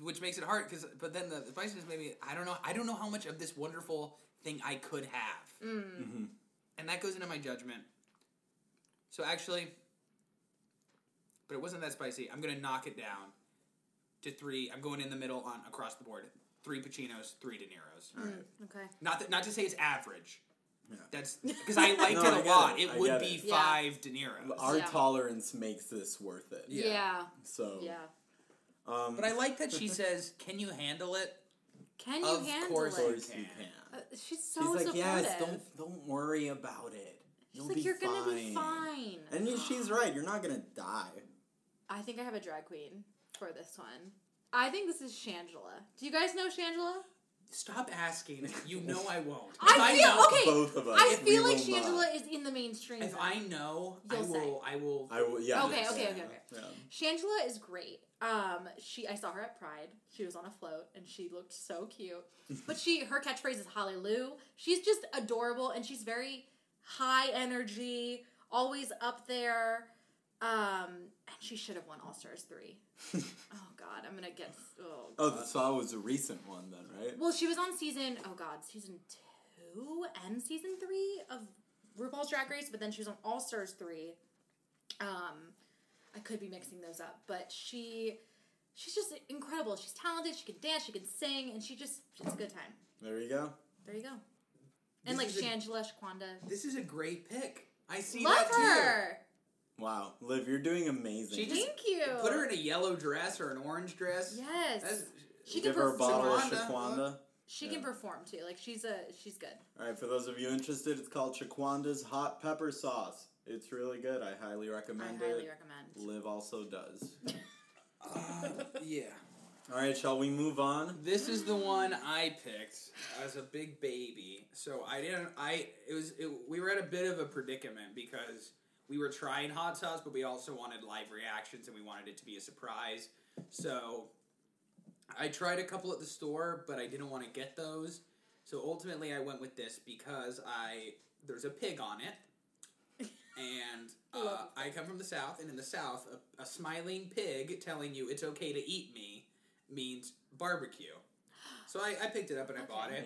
which makes it hard because but then the spiciness maybe i don't know i don't know how much of this wonderful thing i could have
Mm.
and that goes into my judgment so actually but it wasn't that spicy i'm gonna knock it down to three i'm going in the middle on across the board three pacinos three de niros
Mm. Okay.
not that not to say it's average
Yeah.
that's because i liked
No, I
it a
get
lot
it.
it,
I
would
get
be
it. um,
Yeah.
five de niros
Our
Yeah.
tolerance makes this worth it.
Yeah. Oh.
Yeah.
So
Yeah.
Um,
but i like that she says can you handle it
Can you
Of
handle
course
of
it?
course you
Can.
can.
Uh, she's so
She's like,
supportive.
yes, don't don't worry about it.
She's
You'll
like,
be
you're
fine.
gonna be fine.
And you- she's right. You're not gonna die.
I think I have a drag queen for this one. I think this is Shangela. Do you guys know Shangela?
Stop asking. You know I won't.
I
If
feel-
know,
okay,
Both of us.
I
we
feel like
will not.
Shangela is in the mainstream.
If
though.
I know, I
You'll
will. I will.
I will. Yeah.
Okay,
yeah,
okay,
yeah,
okay, okay.
yeah.
Shangela is great. Um, she I saw her at Pride. She was on a float and she looked so cute. But she her catchphrase is Hallelujah. She's just adorable and she's very high energy, always up there. Um, and she should have won All Stars three. oh God, I'm gonna get. Oh,
Oh, the saw was a recent one then, right?
Well, she was on season oh god, season two and season three of RuPaul's Drag Race, but then she was on All Stars three. Um, I could be mixing those up, but she she's just incredible. She's talented. She can dance. She can sing, and she just it's a good time.
There you go.
There you go. And
This
like
is
Shangela Shaquanda,
This is a great pick. I see
love
that
her.
Wow, Liv, you're doing amazing.
She just-
Thank you.
too. Put her in a yellow dress or an orange dress.
yes,
That's-
she can
give her a bottle of
perform.
Shaquanda.
Shaquanda.
She
yeah.
can perform too. Like she's a she's good.
All right, for those of you interested, it's called Shaquanda's Hot Pepper Sauce. It's really good. I highly
I
recommend
highly
it.
recommend.
Liv also does.
uh, yeah.
All right, shall we move on?
This is the one I picked as a big baby. So I didn't. I it was. It, we were at a bit of a predicament because we were trying hot sauce, but we also wanted live reactions and we wanted it to be a surprise. So I tried a couple at the store, but I didn't want to get those. So ultimately, I went with this because I there's a pig on it, and uh,
Love
I come from the south, and in the south, a, a smiling pig telling you it's okay to eat me means barbecue. So I, I picked it up and I bought it,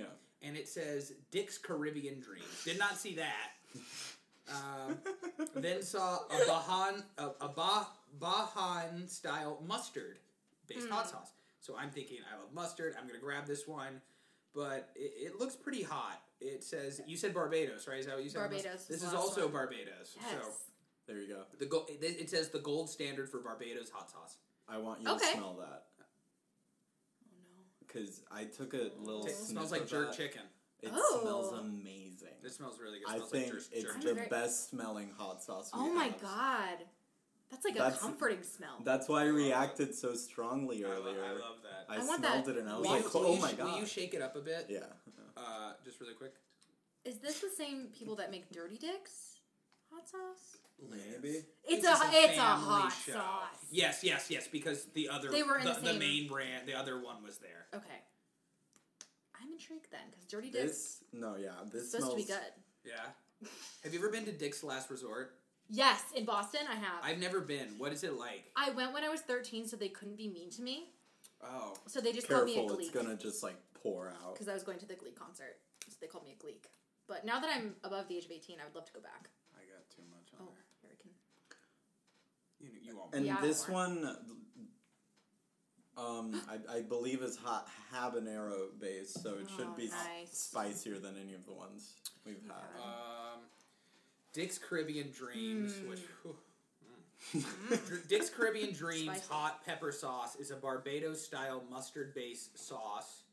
Yeah.
and it says Dick's Caribbean Dreams. Did not see that. Um, then saw a Bahan a, a bah, Bahan style mustard based hot
Hmm.
sauce. So I'm thinking I love mustard. I'm gonna grab this one, but it, it looks pretty hot. It says you said Barbados, right? Is that what you said?
Barbados
This
was
is
the last
also
one.
Barbados.
Yes.
So
There you go.
the gold. It, it says the gold standard for Barbados hot sauce.
I want you
Okay.
to smell that.
Oh no.
Because I took a little
It
Sniff
smells
sniff
like
of
jerk
that.
chicken.
It
Oh.
smells amazing.
It smells really good. It
I
smells
think
like jer-
it's
jerk
I'm
the
very-
best smelling hot sauce. We
Oh my
have.
god, that's like a
That's-
comforting smell.
That's why I
love it.
reacted so strongly
I, lo-
earlier.
I love that.
I
I want
smelled
that
it and I was
Will
long-
like,
you- will
oh
you
my
sh- Will you
god.
shake it up a bit?
Yeah.
Uh, just really quick.
Is this the same people that make Dirty Dicks hot sauce?
Maybe.
It's
This
a
is
it's a
family
hot
show.
sauce.
Yes, yes, yes. Because the other
They were in
the,
the same-
main brand, the other one was there.
Okay. I I'm intrigued then because Dirty Dick's
This no, yeah, this
is supposed to be
smells.
good.
Yeah. Have you ever been to Dick's Last Resort?
Yes, in Boston I have. I,
I've never been. What is it like?
went when I was 13, so they couldn't be mean to me.
Oh,
So they just called me
Careful,
a
it's
gleek
gonna just like pour out.
because I was going to the Glee concert, so they called me a gleek. But now that I'm above the age of 18, I would love to go back.
I got too much on
Oh, here we can.
there. You, you won't.
And
Yeah,
this
more.
one, um, I, I believe is hot habanero based, so it
Oh,
should be s-
nice.
spicier than any of the ones we've
Yeah.
Um, Dick's Caribbean Dreams,
Hmm.
which. whew, mm. Dick's Caribbean Dreams
Spicy.
hot pepper sauce is a Barbados style mustard based sauce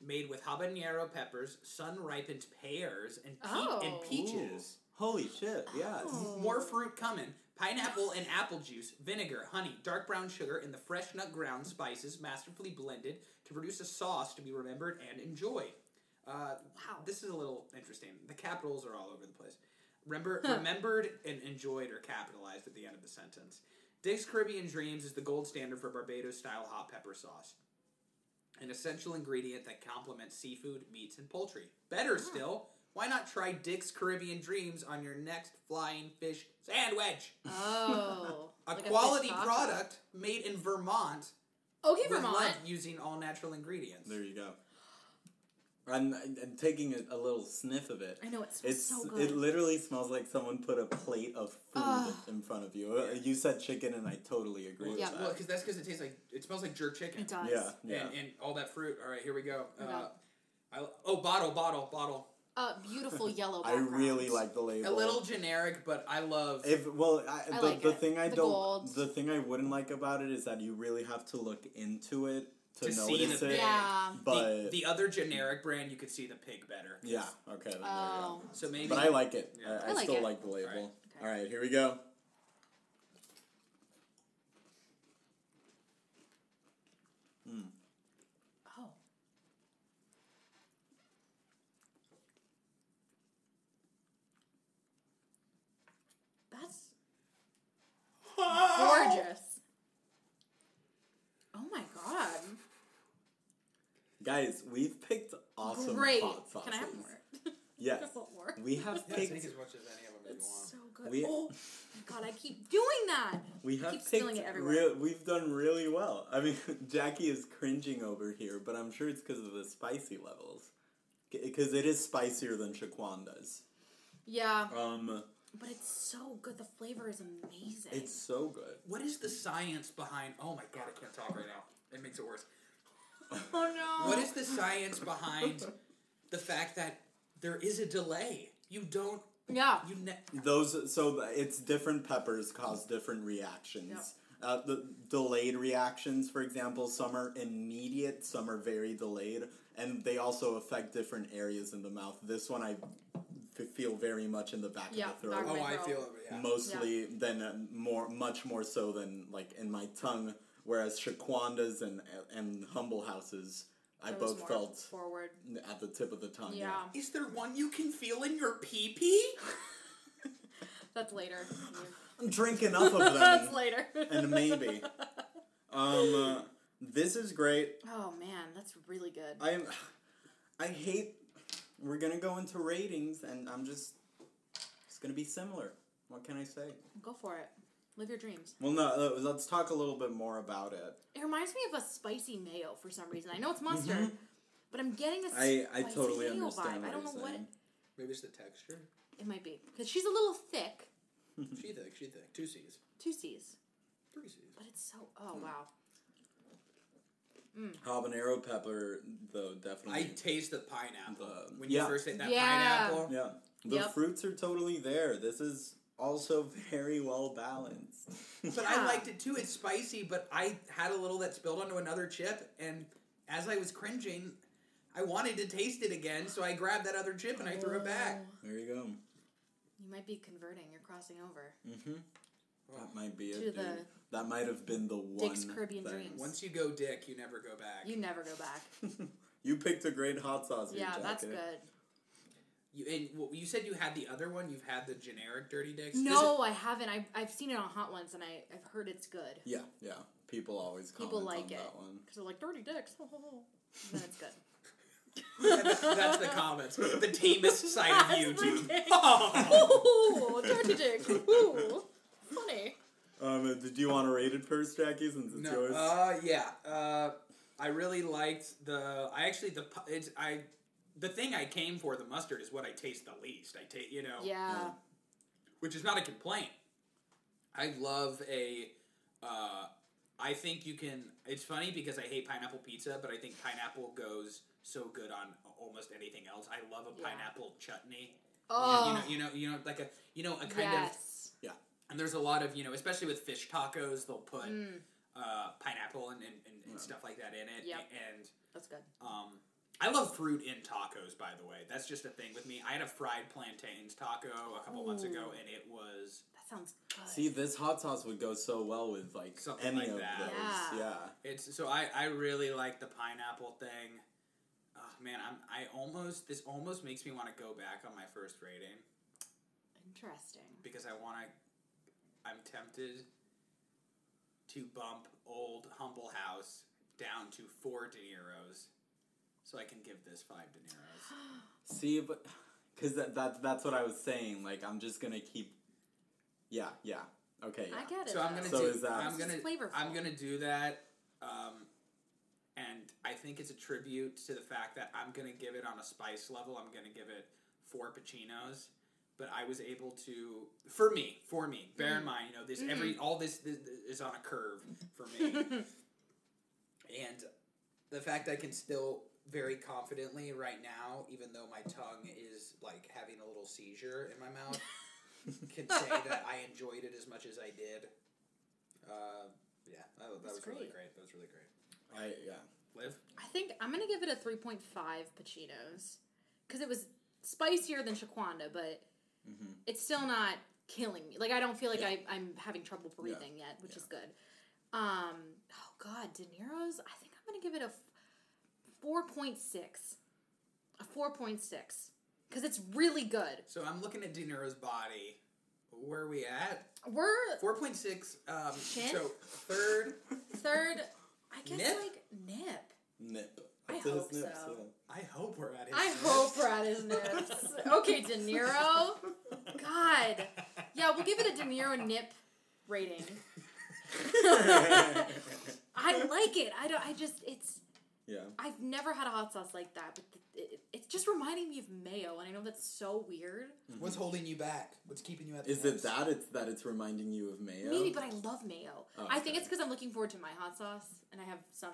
made with habanero peppers, sun ripened pears, and, pe- and
Oh.
peaches.
Ooh. Holy shit! Yeah.
Oh.
More fruit coming. Pineapple and apple juice, vinegar, honey, dark brown sugar, and the fresh nut ground spices masterfully blended to produce a sauce to be remembered and enjoyed. Uh,
Wow.
This is a little interesting. The capitals are all over the place. Remember, remembered and enjoyed are capitalized at the end of the sentence. Dick's Caribbean Dreams is the gold standard for Barbados-style hot pepper sauce, an essential ingredient that complements seafood, meats, and poultry. Better still, why not try Dick's Caribbean Dreams on your next flying fish sandwich?
Oh,
A
like fish
quality
taco.
product made in Vermont,
Okay,
with
Vermont.
love using all natural ingredients.
There you go. I'm, I'm taking a, a little sniff of it.
I know it's,
It's
so good.
it literally smells like someone put a plate of food
Ugh.
in front of you. Uh, You said chicken, and I totally agree
Yeah.
with
Well,
that.
because that's because it tastes like it smells like jerk chicken.
it does.
yeah, yeah.
and, and all that fruit. All right, here we go. Uh,
Okay.
I, oh, bottle, bottle, bottle.
Uh, beautiful yellow.
I really
background.
like the
A
label.
little generic, but I love.
If well, I,
I
the,
like
the
it.
thing I
The
don't,
gold.
the thing I wouldn't like about it is that you really have to look into it to,
To see
notice
the
it.
big-
Yeah.
But
the, the other generic brand, you could see the pig better.
yeah, okay. Then
Oh.
there
So
you
maybe.
go. But I like it.
Yeah.
I, I,
I like
still
it.
like the label. All right.
Okay.
here we go.
Oh. That's gorgeous. Oh my god.
Guys, we've picked awesome
Great.
hot sauces.
Can I have more?
Yes.
I want more.
We have
Yeah, take
picked
as much as any of them you
It's
want.
so good.
We-
oh my god, I keep doing that.
we have
keep spilling
picked
it everywhere.
real we've done really well. I mean, Jackie is cringing over here, but I'm sure it's because of the spicy levels. Because it is spicier than Shaquanda's.
Yeah,
Um,
but it's so good. The flavor is amazing.
it's so good.
What is the science behind? Oh my god, I can't talk right now. It makes it worse.
oh no.
What is the science behind the fact that there is a delay? You don't.
Yeah.
You ne-
Oh,
Those so th- it's different peppers cause different reactions. Uh, the delayed reactions, for example, some are immediate, some are very delayed, and they also affect different areas in the mouth. This one I f- feel very much in the back
Yeah,
of the throat,
back
oh, I
Well,
feel. Yeah.
mostly than uh, more, much more so than like in my tongue. Whereas Shaquandas and and Humble Houses, I
That was
both
more
felt
forward.
at the tip of the tongue.
Yeah,
Is there one you can feel in your pee pee?
that's later.
drink enough of them.
that's later.
and maybe. Um, uh, this is great.
oh man, that's really good.
I'm. I hate. We're gonna go into ratings, and I'm just. It's gonna be similar. What can I say?
Go for it. Live your dreams.
Well, no. uh, Let's talk a little bit more about it.
It reminds me of a spicy mayo for some reason. I know it's mustard, but I'm getting a
Mm-hmm. I
spicy
I totally
mayo
understand
vibe.
what
I don't know
you're
what
saying.
Maybe it's the texture.
it might be because she's a little thick.
She thick. She thick. Two C's.
Two C's,
Three C's.
but it's so. Oh
Hmm.
wow.
Habanero pepper, though, definitely.
I taste the pineapple
The-
when you
yeah.
first ate that
Yeah.
pineapple.
yeah, the
Yep.
fruits are totally there. This is also very well balanced.
But
Yeah.
I liked it too. It's spicy, but I had a little that spilled onto another chip, and as I was cringing, I wanted to taste it again, so I grabbed that other chip and I threw it back.
Oh,
there you go.
You might be converting. You're crossing over.
Mm-hmm. That might be
To
it.
the
dude. That might have been the one.
Dick's Caribbean
thing.
Dreams.
Once you go dick, you never go back.
Oh. You never go back.
You picked a great hot sauce. here,
yeah, that's
Jack.
good.
You and well, you said you had the other one. You've had the generic dirty dicks.
No, I haven't. I've, I've seen it on Hot Ones, and I, I've heard it's good.
Yeah, yeah. People always comment
People like
on
it
that one.
because they're like dirty dicks. and then it's good.
That's, that's the comments. The tamest side of
That's
YouTube.
ridiculous.
Oh.
Ooh, dirty dick. Ooh, funny.
Um, did you want to rate it first, Jackie, since it's
No.
yours?
Uh, yeah. Uh, I really liked the. I actually the. pu- It's I. The thing I came for the mustard is what I taste the least. I taste Oh. you know,
Yeah.
which is not a complaint. I love a. Uh, I think you can. It's funny because I hate pineapple pizza, but I think pineapple goes so good on almost anything else. I love a
Yeah.
pineapple chutney.
Oh.
You know, you know, you know, like a you know a kind of
yes.
and there's a lot of you know, especially with fish tacos, they'll put
Mm,
uh, pineapple and, and, and, and
Yeah.
stuff like that in it.
Yep.
And
that's good.
um, I love fruit in tacos, by the way. That's just a thing with me. I had a fried plantains taco a couple months ago,
Ooh.
and it was
That sounds good.
See, this hot sauce would go so well with like
Something
any
like
of
that.
those.
Yeah.
Yeah.
it's so I I really like the pineapple thing. Oh, man, I'm I almost this almost makes me want to go back on my first rating
Interesting.
because I want to. I'm tempted to bump old humble house down to four de Niro's, so I can give this five de Niro's.
See, but because that, that that's what I was saying. Like, I'm just gonna keep. Yeah. Yeah. Okay.
I
Yeah.
get it.
So I'm gonna
So
do.
is that-
I'm
This
gonna.
is flavorful.
I'm gonna do that, um, and I think it's a tribute to the fact that I'm gonna give it on a spice level. I'm gonna give it four Pacinos, but I was able to, for me, for me. Bear
Mm.
in mind, you know, this every all this, this is on a curve for me, and the fact I can still very confidently right now, even though my tongue is like having a little seizure in my mouth, can say that I enjoyed it as much as I did. Uh, yeah, that, that
That's
was really
great.
great. That was really great.
I yeah.
Liv,
I think I'm gonna give it a 3.5 Pacinos because it was spicier than Shaquanda, but
Mhm.
it's still not killing me. Like I don't feel like
Yeah.
I, I'm having trouble breathing yet, which is good. Um, oh God, De Niro's. I think I'm gonna give it a f- 4.6, a 4.6 because it's really good.
so I'm looking at De Niro's body. Where are we at?
We're
Four point six. Um,
Shit.
so third,
third, I guess
Nip?
like nip.
Nip.
I
It says
hope so.
yeah.
I hope we're at. His
I hope we're at his nips. Okay, De Niro. God. Yeah, we'll give it a De Niro nip rating. I like it. I don't. I just. It's.
Yeah.
I've never had a hot sauce like that, but it, it- it's just reminding me of mayo, and I know that's so weird.
What's holding you back? What's keeping you at?
Mm-hmm. Is it that it's that it's reminding you of mayo?
Maybe, but I love mayo.
Oh,
I think
okay.
it's because I'm looking forward to my hot sauce, and I have some.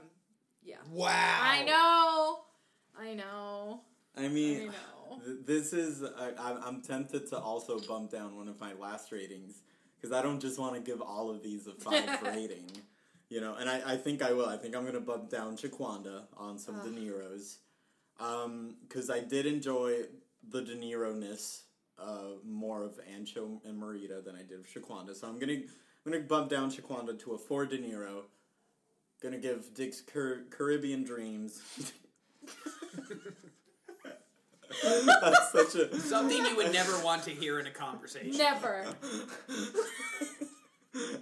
Yeah.
Wow.
I know. I know.
I
I
mean,
know.
th- this is. I, I'm- I'm tempted to also bump down one of my last ratings because I don't just want to give all of these a five rating, you know. And I, I think I will. I think I'm gonna bump down Chiquanda on some De Niro's because I did enjoy the De Niro ness uh, more of Ancho and Marita than I did of Chiquanda. So I'm gonna I'm gonna bump down Chiquanda to a four De Niro. Gonna give Dick's Car- Caribbean Dreams. That's such a
Something you would never want to hear in a conversation.
Never.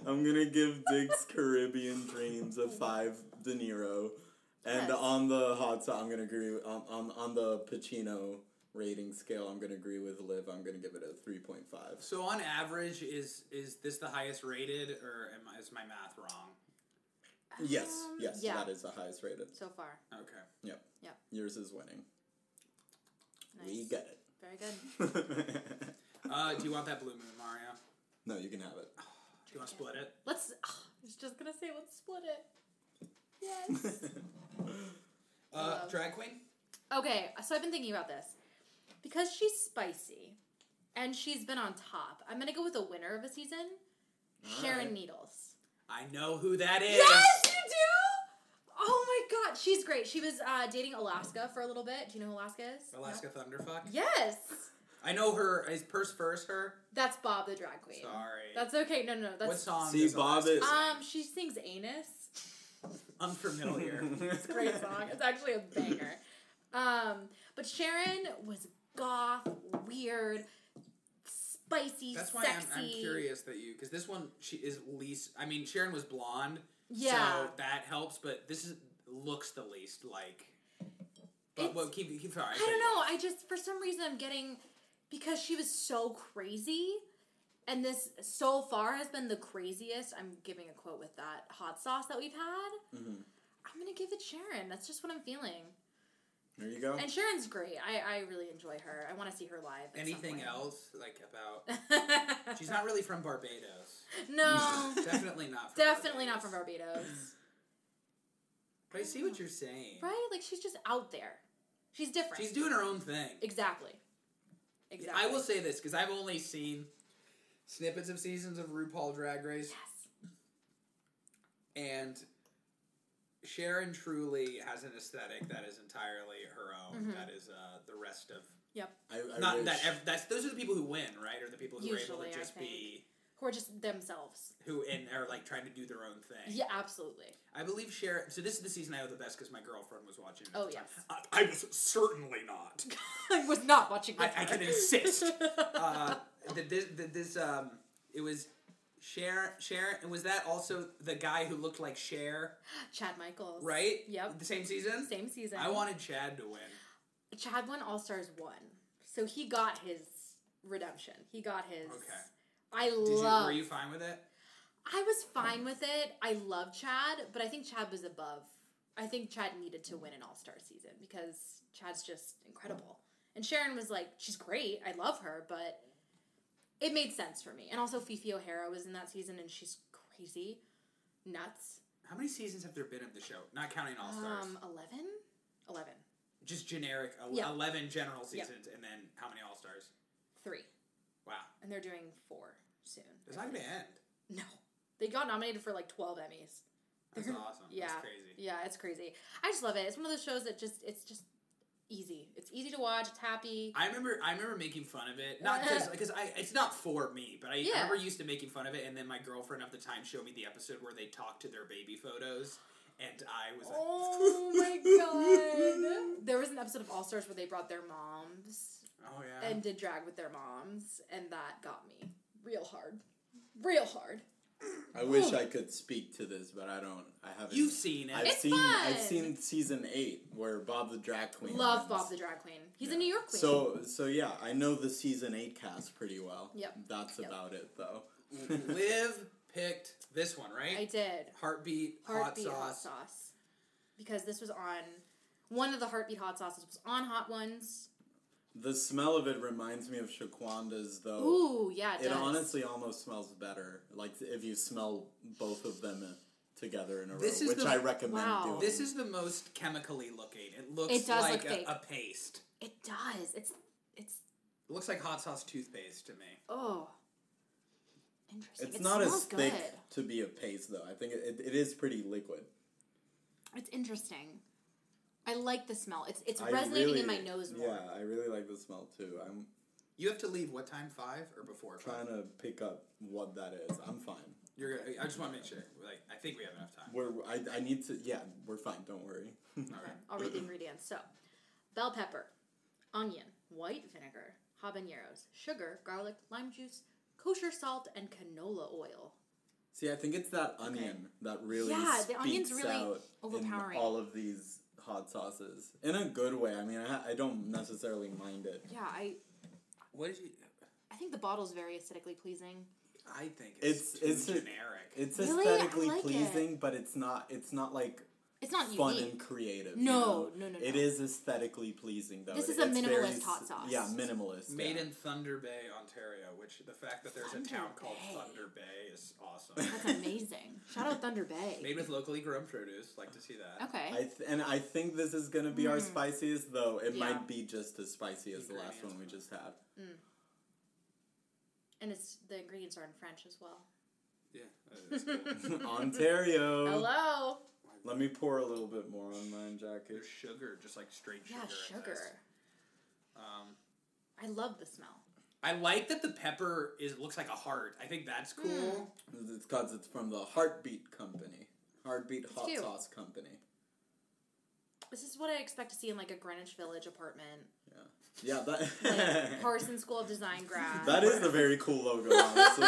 I'm gonna give Dick's Caribbean Dreams a five De Niro, and
Yes.
on the hot sauce, I'm gonna agree with, on, on on the Pacino rating scale. I'm gonna agree with Liv. I'm gonna give it a three point five.
So on average, is is this the highest rated, or am, I- is my math wrong?
Yes,
Um,
yes,
Yeah.
that is the highest rated.
so far.
Okay.
Yep.
Yep.
Yours is winning.
Nice.
We get it.
Very good.
Uh, do you want that blue moon, Mario?
no, you can have it.
Do you want to split it?
Let's. ah, I was just gonna say let's split it. Yes.
Uh,
Love.
drag queen.
okay, so I've been thinking about this because she's spicy and she's been on top. I'm gonna go with the winner of a season, Sharon
Alright.
Needles.
I know who that is.
Yes, you do. Oh my God, she's great. She was uh, dating Alaska for a little bit. Do you know who Alaska is?
Alaska Thunderfuck.
No? Yes,
I know her. Is Purse First her?
that's Bob the drag queen.
Sorry.
That's okay. No, no, no. That's
what song?
See,
does
Bob
Alaska
is-
sing?
um. She sings anus. Um,
unfamiliar.
It's a great song. It's actually a banger. Um, but Sharon was goth, weird, spicy,
That's why
sexy.
I'm, I'm curious that you because this one she is least. I mean, Sharon was blonde,
Yeah.
so that helps. But this is looks the least like
It's-
But well, keep keep sorry.
I don't know. I just for some reason I'm getting because she was so crazy, and this so far has been the craziest. I'm giving a quote with that hot sauce that we've had.
Mhm.
I'm gonna give it Sharon. That's just what I'm feeling.
There you go.
And Sharon's great. I, I really enjoy her. I want to see her live. at some
Anything
point.
else like about? She's not really from Barbados.
no,
definitely not. From
definitely not from Barbados.
But I see what you're saying.
Right? Like she's just out there. She's different.
She's doing her own thing.
exactly. Exactly.
I will say this because I've only seen snippets of seasons of RuPaul Drag Race,
Yes.
and Sharon truly has an aesthetic that is entirely her own.
Mhm.
that is uh, the rest of
Yep.
I, I
not
wish,
that ev- that's those are the people who win, right? Or the people who are
Usually,
able
I
to just
think.
be
Who are just themselves.
who and are like trying to do their own thing.
Yeah, absolutely.
I believe Sharon. So this is the season I know the best because my girlfriend was watching. It at
Oh,
the time.
yes.
Uh, I was certainly not.
I was not watching.
I,
with
I
her.
can insist. uh, that this, that this um, it was Cher. Cher, and was that also the guy who looked like Cher?
Chad Michaels.
Right.
Yep.
The same season.
Same season.
I wanted Chad to win.
Chad won All Stars one, so he got his redemption. He got his.
Okay.
I
Did you,
love.
were you fine with it?
I was fine with it. I love Chad, but I think Chad was above. I think Chad needed to win an All Star season because Chad's just incredible. And Sharon was like, she's great. I love her, but it made sense for me. And also, Fifi O'Hara was in that season, and she's crazy, nuts.
How many seasons have there been of the show? Not counting All Stars.
Um, eleven, eleven,
Just generic. el-
yeah.
Eleven general
Yeah.
seasons, and then how many All Stars?
three,
Wow.
and they're doing four soon.
It's not gonna end.
No, they got nominated for like twelve Emmys.
That's
They're-
awesome.
yeah.
That's crazy.
Yeah, it's crazy. I just love it. It's one of those shows that just it's just easy. It's easy to watch. It's happy.
I remember I remember making fun of it. Not because I it's not for me, but I,
Yeah.
I remember used to making fun of it and then my girlfriend at the time showed me the episode where they talked to their baby photos and I was like
Oh my god! There was an episode of All Stars where they brought their moms
Oh yeah.
and did drag with their moms, and that got me real hard, real hard.
I wish I could speak to this, but I don't. I haven't.
You've seen it.
I've
It's
seen. I've
fun.
seen season eight where Bob the drag queen.
Love
wins.
Bob the drag queen. He's
Yeah.
a New York queen.
So so yeah, I know the season eight cast pretty well.
Yep.
That's
Yep.
about it though.
Liv picked this one, right?
I did.
Heartbeat,
Heartbeat
hot sauce.
Because this was on one of the heartbeat hot sauces was on Hot Ones.
the smell of it reminds me of Shaquanda's though.
Ooh, yeah, it,
it
does.
honestly almost smells better. Like if you smell both of them uh, together in a
This is
row, which
the-
I recommend
Wow.
doing.
This is the most chemically looking. It looks
It does
like
look fake.
a, a paste.
it does. It's it's
It looks like hot sauce toothpaste to me.
oh interesting.
it's
it
not
smells
as thick
good.
to be a paste though. I think it, it, it is pretty liquid.
It's interesting. I like the smell. It's it's
I
resonating in my
really-
nose more.
Yeah, I really like the smell too. I'm
You have to leave what time? Five or before five?
trying to pick up what that is. I'm fine.
You're. gonna- I just want to make sure. Like, I think we have enough time.
We're I, I need to yeah, we're fine, don't worry.
All right.
I'll read the ingredients. So, bell pepper, onion, white vinegar, habaneros, sugar, garlic, lime juice, kosher salt, and canola oil.
See, I think it's that onion that really
Yeah, the
speaks
onion's really
out
overpowering.
in all of these hot sauces in a good way. I mean, I, I don't necessarily mind it.
Yeah, I
What did you?
I think the bottle's very aesthetically pleasing.
I think it's
It's-
too
it's a-
generic.
It's
Really? I
aesthetically
like it.
pleasing, but it's not. It's not like
It's not
fun
unique.
and creative.
No,
you know?
no, no,
It
no.
is aesthetically pleasing though.
This
It-
is a
it's
minimalist
very s-
hot sauce.
Yeah, minimalist.
Made
yeah.
in Thunder Bay, Ontario, which the fact that there's a
Thunder
town called
Bay.
Thunder Bay is awesome.
That's amazing. Shout out Thunder Bay.
Made with locally grown produce, like to see that.
Okay. Mm.
I th- and I think this is gonna be our spiciest, though it
Yeah.
might be just as spicy as the last one we just had.
and it's the ingredients are in French as well.
Yeah, that's cool.
Ontario.
Hello.
Let me pour a little bit more on mine, Jackie.
There's sugar, just like straight sugar.
Yeah,
in
sugar.
this. Um,
I love the smell.
I like that the pepper is looks like a heart. I think
Hmm.
that's cool.
It's because it's from the Heartbeat Company. Heartbeat Hot
cute.
Sauce Company.
This is what I expect to see in like a Greenwich Village apartment,
Yeah,
like
that
Carson School of Design grad.
that is a very cool logo. Honestly,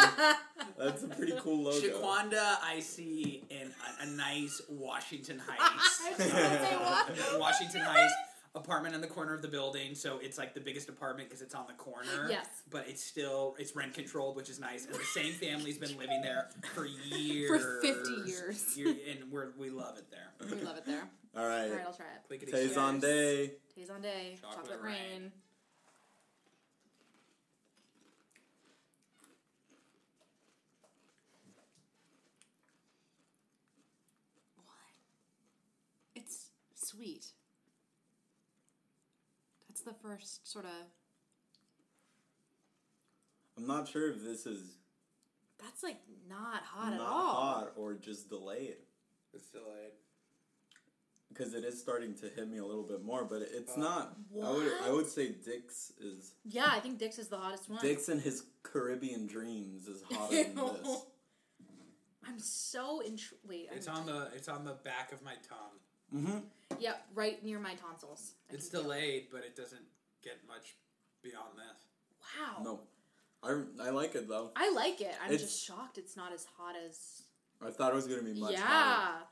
that's a pretty cool logo.
Shaquanda, I see in a, a nice Washington Heights. uh,
I was gonna say, what?
Washington Heights. apartment in the corner of the building, so it's like the biggest apartment because it's on the corner.
Yes.
But it's still it's rent controlled, which is nice. And the same family's been living there for years.
For 50 years.
You- and we're, we love it there.
We love it there.
All
All
right.
right, I'll try it.
Clickety
Tays on
clack.
day.
Days on day,
Chocolate
chocolate,
rain.
rain. What? It's sweet. That's the first sort of.
I'm not sure if this is
That's like not hot
not
at all.
hot or just delayed
It's still like-
because it is starting to hit me a little bit more, but it's
Oh.
not. I would I
What?
would say Dix is
Yeah, I think Dix is the hottest one.
Dix and his Caribbean dreams is hotter than this.
I'm so intrigued. Wait,
It's
I'm-
on the it's on the back of my tongue.
Mm-hmm.
Yep, right near my tonsils. I
It's
can feel it.
delayed, but it doesn't get much beyond this.
Wow.
No, I I like it though.
I like it. I'm
It's-
just shocked it's not as hot as.
I thought it was gonna be much hotter.
yeah.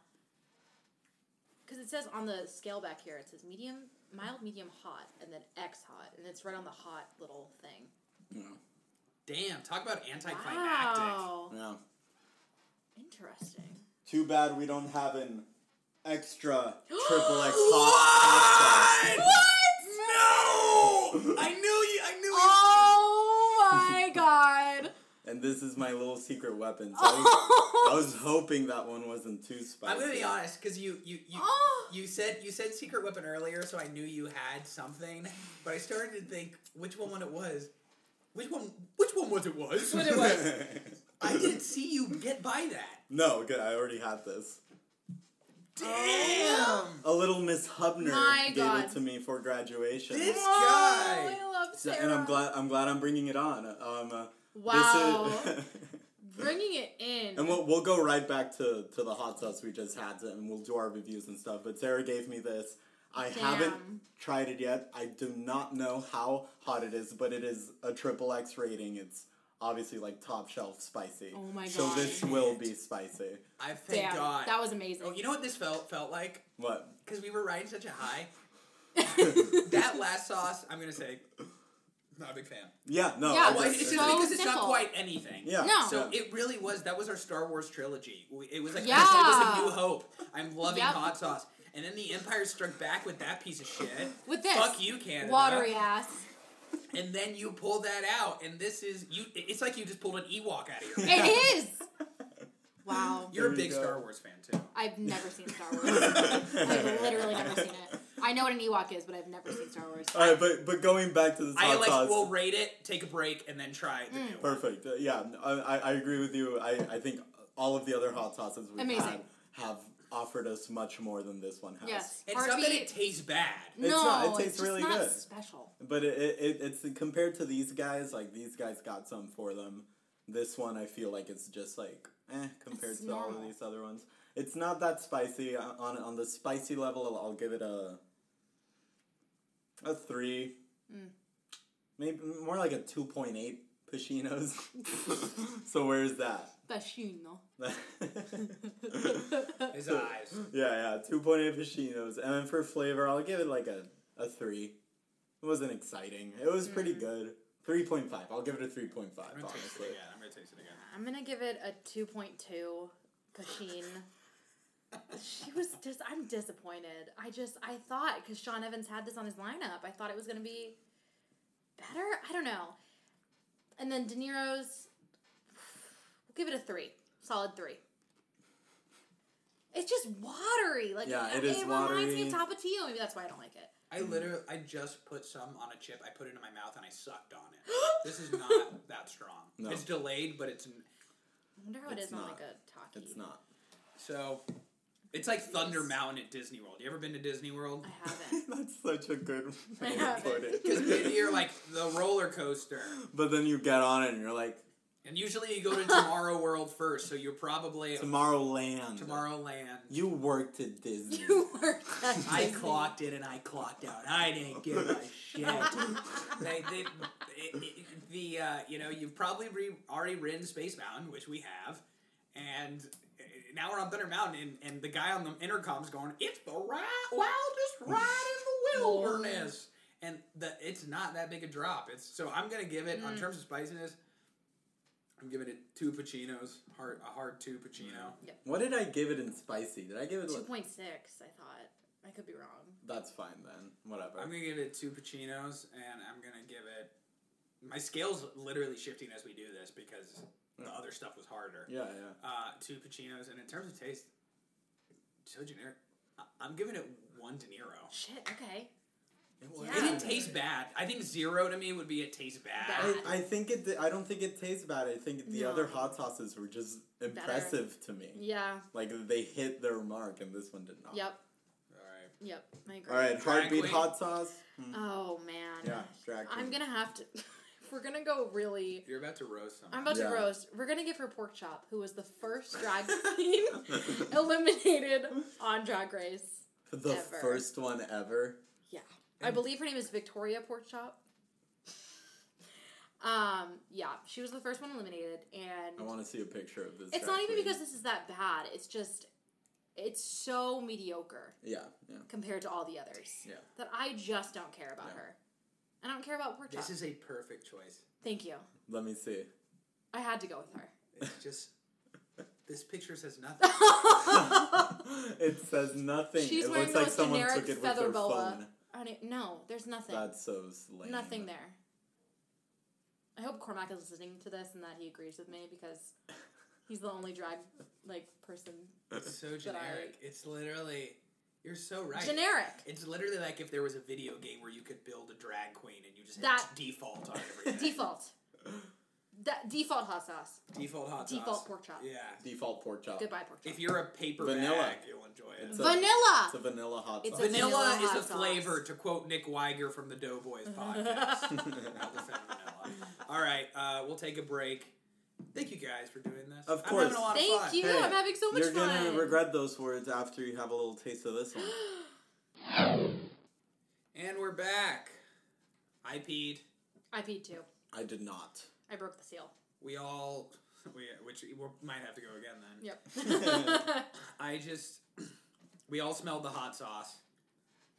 Because it says on the scale back here, it says medium, mild, medium, hot, and then X hot, and it's right on the hot little thing.
Damn, talk about anticlimactic.
Wow.
Yeah.
Interesting.
Too bad we don't have an extra triple X hot. hot sauce.
No! I knew you. I knew
Oh my god.
And this is my little secret weapon. So I, was, I was hoping that one wasn't too spicy.
I'm gonna be honest, because you you you,
Oh.
you said you said secret weapon earlier, so I knew you had something. But I started to think which one it was. Which one? Which one was it? Was
Which one it was.
I didn't see you get by that.
no, good. I already had this.
Oh,
Damn!
A little Miss Hubner
My
gave it
God.
to me for graduation.
This
Oh,
guy.
I love
So-
Sarah.
and I'm glad. I'm glad I'm bringing it on. Um, uh,
Wow.
This is,
Bringing it in.
and we'll, we'll go right back to, to the hot sauce we just had, and we'll do our reviews and stuff. But Sarah gave me this. I haven't
Damn.
tried it yet. I do not know how hot it is, but it is a triple X rating. It's obviously like top shelf spicy.
Oh my
So
God.
this will be spicy.
I thank
Damn,
God.
that was amazing.
oh, you know what this felt felt like?
What?
Because we were riding such a high. that last sauce, I'm gonna say, not a big fan.
Yeah. No.
Yeah,
I
Well,
Well,
just-
it's, it's
so
just because it's not
simple.
quite anything.
yeah.
No.
So it really was. That was our Star Wars trilogy. We- It was like
Yeah.
it was a new hope. I'm loving
Yep.
hot sauce, and then the Empire struck back with that piece of shit.
With this.
fuck you, Canada.
Watery ass.
And then you pull that out, and this is you. It's like you just pulled an Ewok out of your. mouth.
It is. Wow.
You're a
There you
big
go.
Star Wars fan too.
I've never seen Star Wars. I've literally never seen it. I know what an Ewok is, but I've never seen Star Wars.
All right, but but going back to this hot
I like.
sauce.
We'll rate it, take a break, and then try
Mm.
the new one.
Perfect. Uh, Yeah, I, I I agree with you. I, I think all of the other hot sauces we've
Amazing.
had have offered us much more than this one has.
Yes.
It's not that it tastes bad.
no,
not- it
it's
tastes
just
really
not
good.
special.
But it, it, it it's compared to these guys, like these guys got some for them. This one, I feel like it's just like eh compared
It's
to all of
normal.
these other ones. It's not that spicy. Uh, On on the spicy level, I'll, I'll give it a a three,
Mm.
maybe more like a two point eight. Pushinos. so where's that?
Bashino.
His
Mm.
eyes.
Yeah, yeah, two point eight Piscinos, and then for flavor, I'll give it like a, a three. It wasn't exciting. It was pretty
Mm.
good. Three point five. I'll give it a three point five.
I'm gonna taste it
Honestly,
again. I'm gonna taste it again.
I'm gonna give it a 2.2 Pachin. she was just. I'm disappointed. I just. I thought because Sean Evans had this on his lineup, I thought it was gonna be better. I don't know. And then De Niro's. We'll give it a three. Solid three. It's just watery. Like
Yeah, it
it
is
reminds me of
watery.
Tapatio. Maybe that's why I don't like it.
I
Mm.
literally, I just put some on a chip. I put it in my mouth and I sucked on it. this is not that strong.
No.
It's delayed, but it's n-
I wonder how it
It's
is on
not.
like a talkie.
it's not.
so. It's like Thunder Mountain at Disney World. You ever been to Disney World?
I haven't.
That's such a good way to
haven't.
put
Because
it.
you're like the roller coaster,
but then you get on it and you're like
and usually you go to Tomorrow World first, so you're probably
Tomorrowland.
Tomorrowland.
You worked at Disney.
you worked at
I
Disney.
clocked in and I clocked out. I didn't give a shit. they, they, it, it- the uh, you know you've probably re- already ridden Space Mountain, which we have, and uh, now we're on Thunder Mountain, and, and the guy on the intercom's going, "It's the ri- wildest ride in the wilderness," and the it's not that big a drop. It's so I'm gonna give it on terms of spiciness. I'm giving it two Pacinos, hard a hard two Pacino.
What did I give it in spicy? Did I give it?
Two
Like,
point six, I thought. I could be wrong.
that's fine then. Whatever.
I'm gonna give it two Pacinos, and I'm gonna give it. My scale's literally shifting as we do this because the other stuff was harder.
yeah, yeah.
Uh, two Pacinos, and in terms of taste, so generic. I- I'm giving it one De Niro.
Shit. Okay.
was
Yeah.
It didn't
Yeah.
taste bad. I think zero to me would be it tastes bad.
Bad.
I, I think it. I don't think it tastes bad. I think the
No.
other hot sauces were just impressive to me.
Yeah.
Like they hit their mark, and this one did not.
Yep.
Alright.
Yep. I agree.
Oh. All right,
Drag
heartbeat
queen.
hot sauce.
Oh man.
Yeah, drag
I'm
queen.
gonna have to. if we're gonna go really.
You're about to roast someone.
I'm about
Yeah.
to roast. We're gonna give her pork chop, who was the first drag queen eliminated on Drag Race.
The
Ever.
first one ever.
Yeah, I believe her name is Victoria Pork Chop. Um, yeah, she was the first one eliminated, and
I want to see a picture of this.
it's
drag
not even
queen.
because this is that bad. It's just it's so mediocre
Yeah, yeah.
compared to all the others
Yeah.
that I just don't care about
Yeah.
her. I don't care about pork chop.
this is a perfect choice.
Thank you.
Let me see.
I had to go with her.
It's just this picture says nothing.
it says nothing.
She's
it looks
wearing the
like
most
someone
generic
took it with
feather
their
boa.
phone.
On it. e, No, there's nothing.
That's so lame.
nothing there. I hope Cormac is listening to this and that he agrees with me because he's the only drag like person
It's so generic. It's literally you're so right.
generic.
It's literally like if there was a video game where you could build a drag queen and you just had
That-
default on everything.
Default. That default hot sauce.
default hot sauce.
Default pork chop.
Yeah.
Default pork chop.
Goodbye pork chop.
If you're a paper
Vanilla.
bag, you'll enjoy it.
It's a-
Vanilla.
It's a vanilla hot
It's
sauce.
a
Vanilla,
vanilla
is
hot
a
sauce.
flavor, to quote Nick Weiger from the Doughboys podcast. I'll defend vanilla. All right, uh, we'll take a break. Thank you guys for doing this.
Of
I'm having
course.
a lot of
Thank
fun.
you.
Hey,
I'm having so much
You're
fun.
gonna regret those words after you have a little taste of this one.
And we're back. I peed.
I peed too.
I did not.
I broke the seal.
We all, we, which we might have to go again then.
Yep.
I just, we all smelled the hot sauce.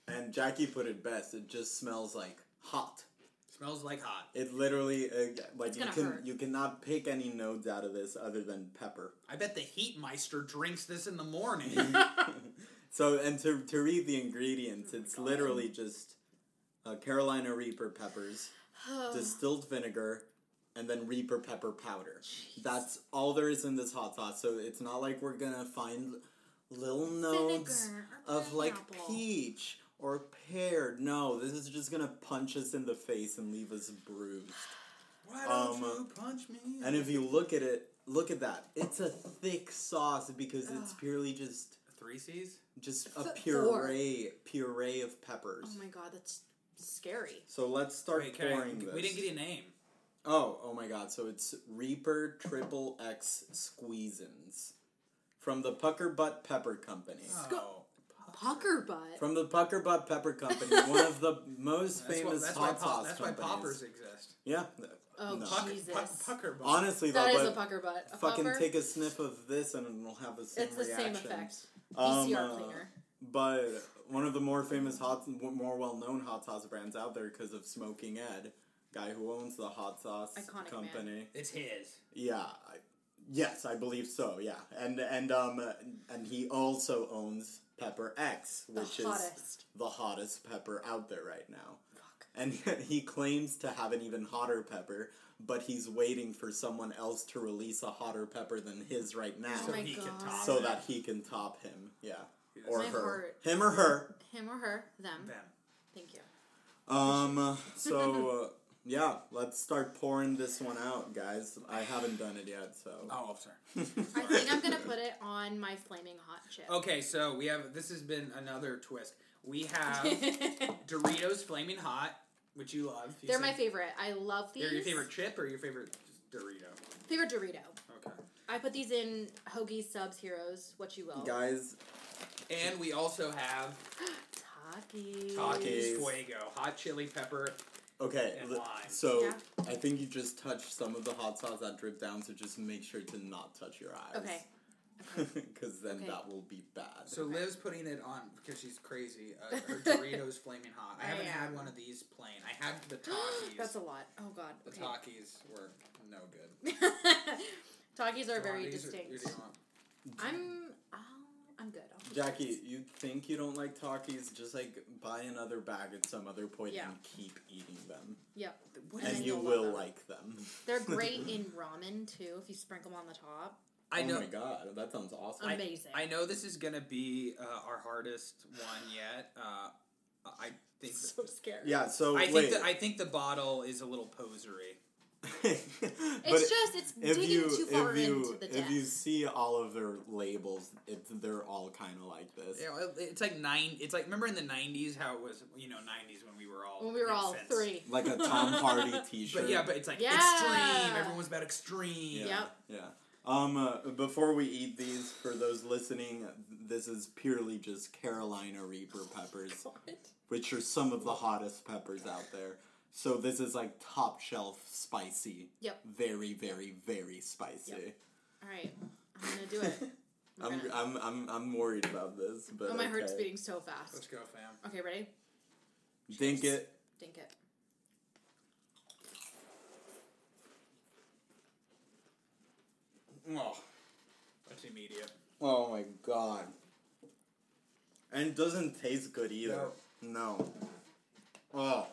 And Jackie put it best. It just smells like hot.
Smells like hot.
It literally uh, like you
gonna
can
hurt.
you cannot pick any notes out of this other than pepper.
I bet the heat meister drinks this in the morning.
So and to to read the ingredients,
Oh
it's literally just uh, Carolina Reaper peppers,
Oh.
distilled vinegar, and then Reaper pepper powder. That's all there is in this hot sauce. So it's not like we're gonna find little notes
Vinegar or
of like
pineapple.
peach or pear. No, this is just gonna punch us in the face and leave us bruised.
Why don't
Um,
you punch me?
And if you look at it, look at that. It's a thick sauce because it's purely just
Three C's?
just
Th-
a
four.
puree puree of peppers.
oh my god, that's scary.
so let's start
Wait, can I-
pouring this.
we didn't get a name.
oh, oh my god. So it's Reaper Triple X Squeezins from the Pucker Butt Pepper Company.
Oh.
Pucker butt.
From the Pucker Butt Pepper Company, one of the most
That's, what,
famous
that's, why,
hot
pop,
sauce
that's why
companies.
poppers exist.
Yeah.
oh
no.
Puck,
Jesus.
puck, pucker ball.
Honestly,
that
though,
is a
but
pucker butt. A
fucking
puffer,
take a sniff of this and it'll have the same
It's the
reaction.
same effect.
Um,
PCR
uh,
cleaner.
But one of the more famous hot, more well-known hot sauce brands out there because of Smoking Ed, guy who owns the hot sauce
Iconic
company.
It's his.
Yeah, I, yes, I believe so. Yeah, and and um uh, and he also owns Pepper X, which is
hottest.
the hottest pepper out there right now.
Fuck.
And he claims to have an even hotter pepper, but he's waiting for someone else to release a hotter pepper than his right now,
Oh my
he can
God.
top
so
it.
that he can top him. Yeah, or
My
her,
heart.
him or her.
Him or her. Them.
them.
Thank you.
Um. So uh, yeah, let's start pouring this one out, guys. I haven't done it yet, so
Oh, I'm sorry.
I think I'm gonna put it on my flaming hot chip.
Okay, so we have this has been another twist. We have Doritos Flaming Hot, which you love. You
They're
said-
my favorite. I love these.
They're your favorite chip or your favorite Dorito?
Favorite Dorito.
Okay.
I put these in hoagies, subs, heroes, what you will.
guys,
And we also have
Takis.
Takis
Takis.
Fuego, hot chili pepper.
okay.
And
li-
lime.
so
Yeah.
I think you just touched some of the hot sauce that dripped down, so just make sure to not touch your eyes.
Okay.
because then
Okay.
that will be bad.
So Liv's putting it on because she's crazy. Uh, her Doritos flaming hot. I
I
haven't had
am.
one of these plain. I had the Takis.
That's a lot. Oh God.
the
Okay.
Takis were no good.
Talkies are
Do
very
you want these or- or
distinct.
do you want-
I'm. Um, I'm good. I'll keep
Jackie, you think you don't like talkies? Just like buy another bag at some other point
Yeah.
and keep eating them,
Yep.
What
And
is
and
then
you
you'll
will
love them.
like them.
They're great in ramen too. If you sprinkle them on the top,
I
oh
know.
my god, that sounds awesome.
I-
amazing.
I know this is gonna be uh, our hardest one yet. Uh, I think.
so scary.
yeah. So
I think
wait,
the, I think the bottle is a little posery.
but
It's just it's
if
digging
you
too far
if you
into the
if you
depth.
see all of their labels, it's they're all kind of like this.
You know, it- it's like nine. It's like remember in the '90s how it was. You know, '90s when we were all
When we were all
infants.
three.
Like a Tom Hardy T-shirt.
But yeah, but it's like
Yeah.
extreme. Everyone's about extreme.
Yeah.
Yep.
Yeah. Um, uh, before we eat these, for those listening, this is purely just Carolina Reaper
Oh
peppers, which are some of the hottest peppers out there. So this is like top shelf spicy.
Yep.
Very, very, very spicy.
Yep. All right, I'm gonna do it. We're
I'm,
gonna-
I'm, I'm, I'm worried about this, but
oh, my
okay.
heart's beating so
Let's
fast.
go, fam.
Okay, ready?
Think it.
Dink it.
Oh, that's immediate.
Oh my god. And it doesn't taste good either. no. Oh.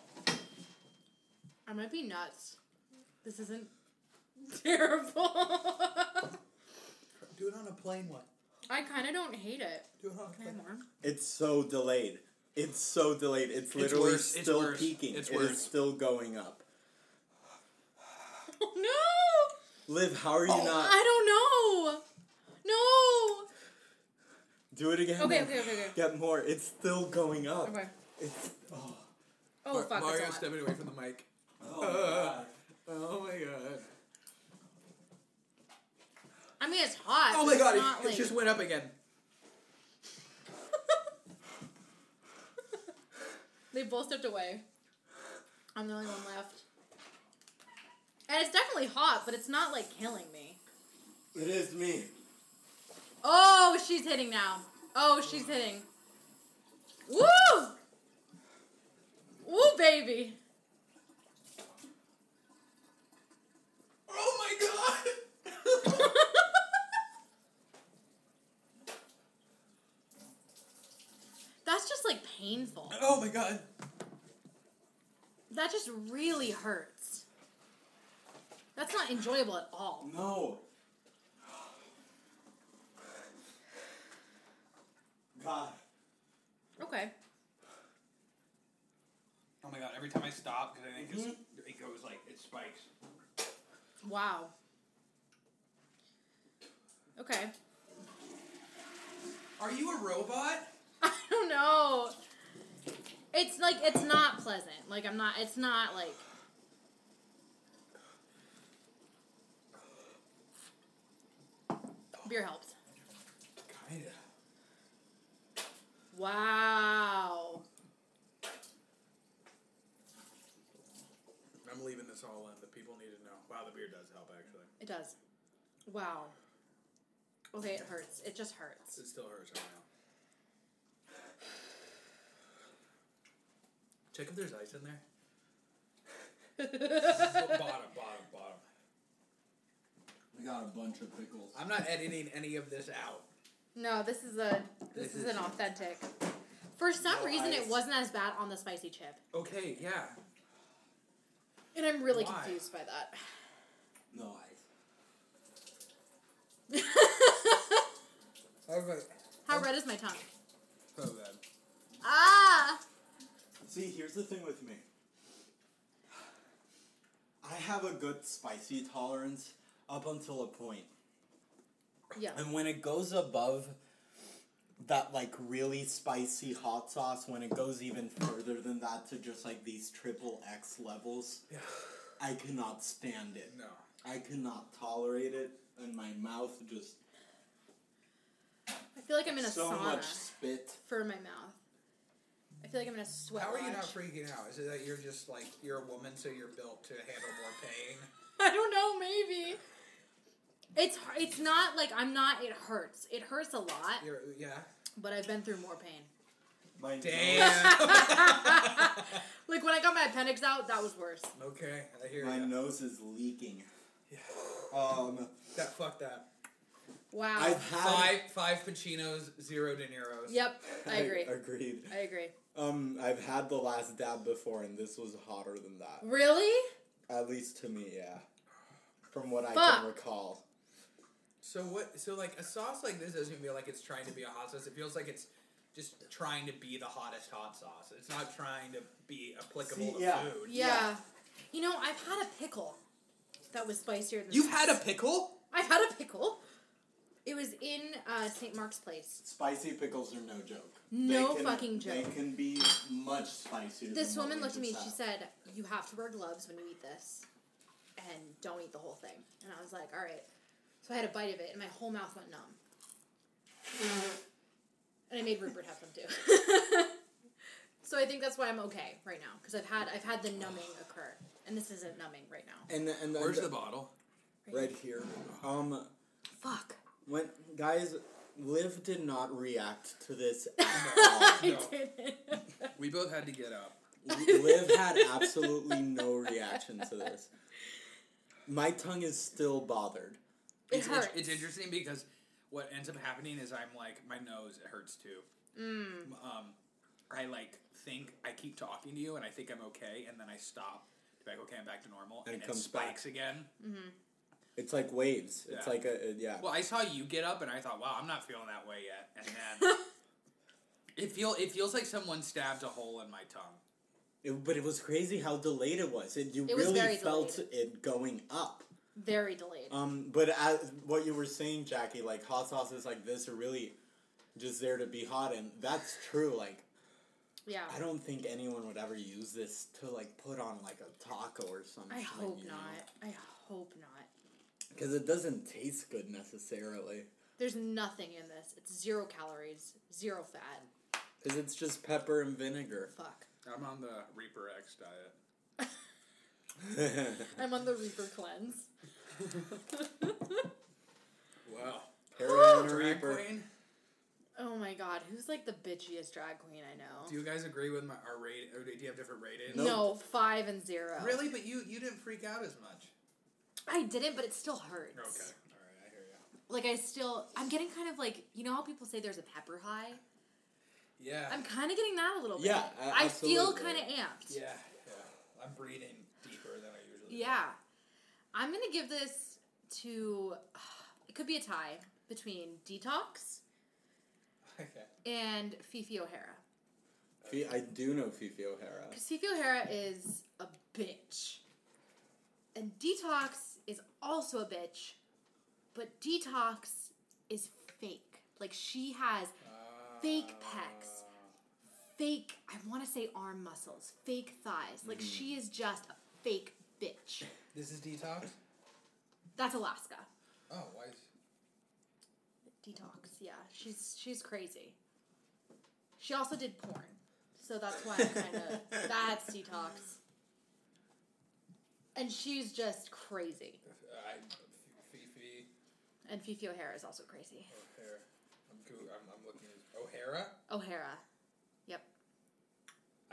I might be nuts. This isn't terrible.
Do it on a plain one.
I kind of don't hate it.
Do it on a
Can I have
plain one.
more?
It's so delayed. It's so delayed. It's literally
worse. It's
still
worse.
peaking.
It's
It is
worse.
still going up.
Oh, no!
Liv, how are you not?
Oh, I don't
Do it again.
Okay, okay, okay, okay.
Get more. It's still going up.
know. No. Okay.
It's. Oh,
Oh fuck. that's a
Mario
lot.
stepping away from the mic.
oh my God.
Oh my god.
I mean, it's hot.
Oh
but
my
it's
god,
Not,
it, it
like-
just went up again.
they both stepped away. I'm the only one left. And it's definitely hot, but it's not like killing me.
It is me.
Oh, she's hitting now. Oh, she's hitting. Woo! Woo, baby.
Oh my god!
That's just like painful.
oh my god.
That just really hurts. That's not enjoyable at all.
No. God.
Okay.
Oh my god, every time I stop, because I think it's, it goes like, it spikes.
Wow. Okay.
Are you a robot?
I don't know. It's like it's not pleasant. Like I'm not. It's not like. Beer helps.
Kinda.
Wow.
I'm leaving this all in. The people need to know. Wow, the beer does help, actually.
It does. Wow. Okay, it hurts. It just hurts.
It still hurts right now. Check if there's ice in there. bottom, bottom, bottom.
We got a bunch of pickles.
I'm not editing any of this out.
No, this is a this is an authentic. For some
No
reason,
ice.
it wasn't as bad on the spicy chip,
Okay, yeah.
and I'm really
Why?
confused by that.
No
Okay.
How red is my tongue?
So bad.
Ah!
See, here's the thing with me. I have a good spicy tolerance up until a point.
Yeah.
And when it goes above that like really spicy hot sauce, when it goes even further than that to just like these triple X levels,
Yeah.
I cannot stand it.
No.
I cannot tolerate it, and my mouth just
I feel like I'm in a
so
sauna
much spit.
for my mouth. I feel like I'm in a sweat.
How are you not
lodge.
freaking out? Is it that you're just like you're a woman, so you're built to handle more pain?
I don't know. Maybe. It's har- it's not like I'm not. It hurts. It hurts a lot,
You're, yeah.
but I've been through more pain.
My
Damn.
Like when I got my appendix out, that was worse.
okay, I hear
Nose, my
you.
nose is leaking.
Yeah.
Um,
That fuck that.
Wow.
I've had.
Five five Pacinos, zero De Niro's.
yep, I agree.
Agreed.
I agree.
Um, I've had the last dab before, and this was hotter than that.
Really?
At least to me, yeah. From what I
Fuck.
can recall.
So what? So like a sauce like this doesn't feel like it's trying to be a hot sauce. It feels like it's just trying to be the hottest hot sauce. It's not trying to be applicable
See,
to
yeah.
food.
Yeah. You know, I've had a pickle that was spicier than
You've
this.
had a pickle?
I've had a pickle. It was in uh, St. Mark's Place.
Spicy pickles are no joke.
No fucking joke.
They can be much spicier.
This
than what
woman
we
looked at me and
just
she
had.
said, You have to wear gloves when you eat this and don't eat the whole thing. And I was like, All right. So I had a bite of it and my whole mouth went numb. and I made Rupert have some too. so I think that's why I'm okay right now because I've had I've had the numbing occur and this isn't numbing right now.
And and
Where's
and-
the bottle?
right here. Um,
Fuck.
when guys, Liv did not react to this at
I
No.
didn't.
We both had to get up.
all. Liv had absolutely no reaction to this. My tongue is still bothered.
It
it's,
hurts.
It's, it's interesting because what ends up happening is I'm like my nose it hurts too.
Mm.
Um, I like think I keep talking to you and I think I'm okay, and then I stop. Like okay, I'm back to normal,
And
and,
it
it,
comes back.
spikes again.
It's like waves. It's
Yeah.
like a, a- yeah.
Well, I saw you get up, and I thought, wow, I'm not feeling that way yet. And then it feel it feels like someone stabbed a hole in my tongue.
It- but it was crazy how delayed it was. It, you
It was
really
very
felt
delayed.
it going up.
Very delayed.
Um, but as what you were saying, Jackie, like hot sauces like this are really just there to be hot, and that's true. Like
yeah.
I don't think anyone would ever use this to like put on like a taco or something.
I hope not. I hope not.
Because it doesn't taste good necessarily.
There's nothing in this. It's zero calories, zero fat.
Because it's just pepper and vinegar.
Fuck.
I'm on the Reaper X diet.
I'm on the Reaper cleanse.
Wow,
Hera and a
drag
Reaper.
queen.
Oh my god, who's like the bitchiest drag queen I know?
Do you guys agree with my our rate? Or do you have different ratings?
No.
No, five and zero.
Really, but you you didn't freak out as much.
I didn't, but it still hurts.
Okay. All right, I hear you.
Like I still, I'm getting kind of like you know how people say there's a pepper high.
Yeah.
I'm kind of getting that a little
Yeah,
bit.
a-
I feel
absolutely.
kind of amped.
yeah. Yeah. I'm breathing deeper than I usually. do.
Yeah. I'm going to give this to. It could be a tie between Detox
Okay.
and Fifi O'Hara.
Fi- I do know Fifi O'Hara.
Because Fifi O'Hara is a bitch. And Detox is also a bitch. But Detox is fake. Like, she has Fake
Uh,
pecs. fake, I want to say arm muscles, fake thighs. Like, she is just a fake bitch.
This is detox.
That's Alaska.
Oh, why? Is...
Detox, yeah. She's she's crazy. She also did porn. So that's why I kind of that's detox. And she's just crazy.
I, Fifi
And Fifi O'Hara is also crazy.
O'Hara. I'm, goo- I'm I'm looking at O'Hara.
O'Hara.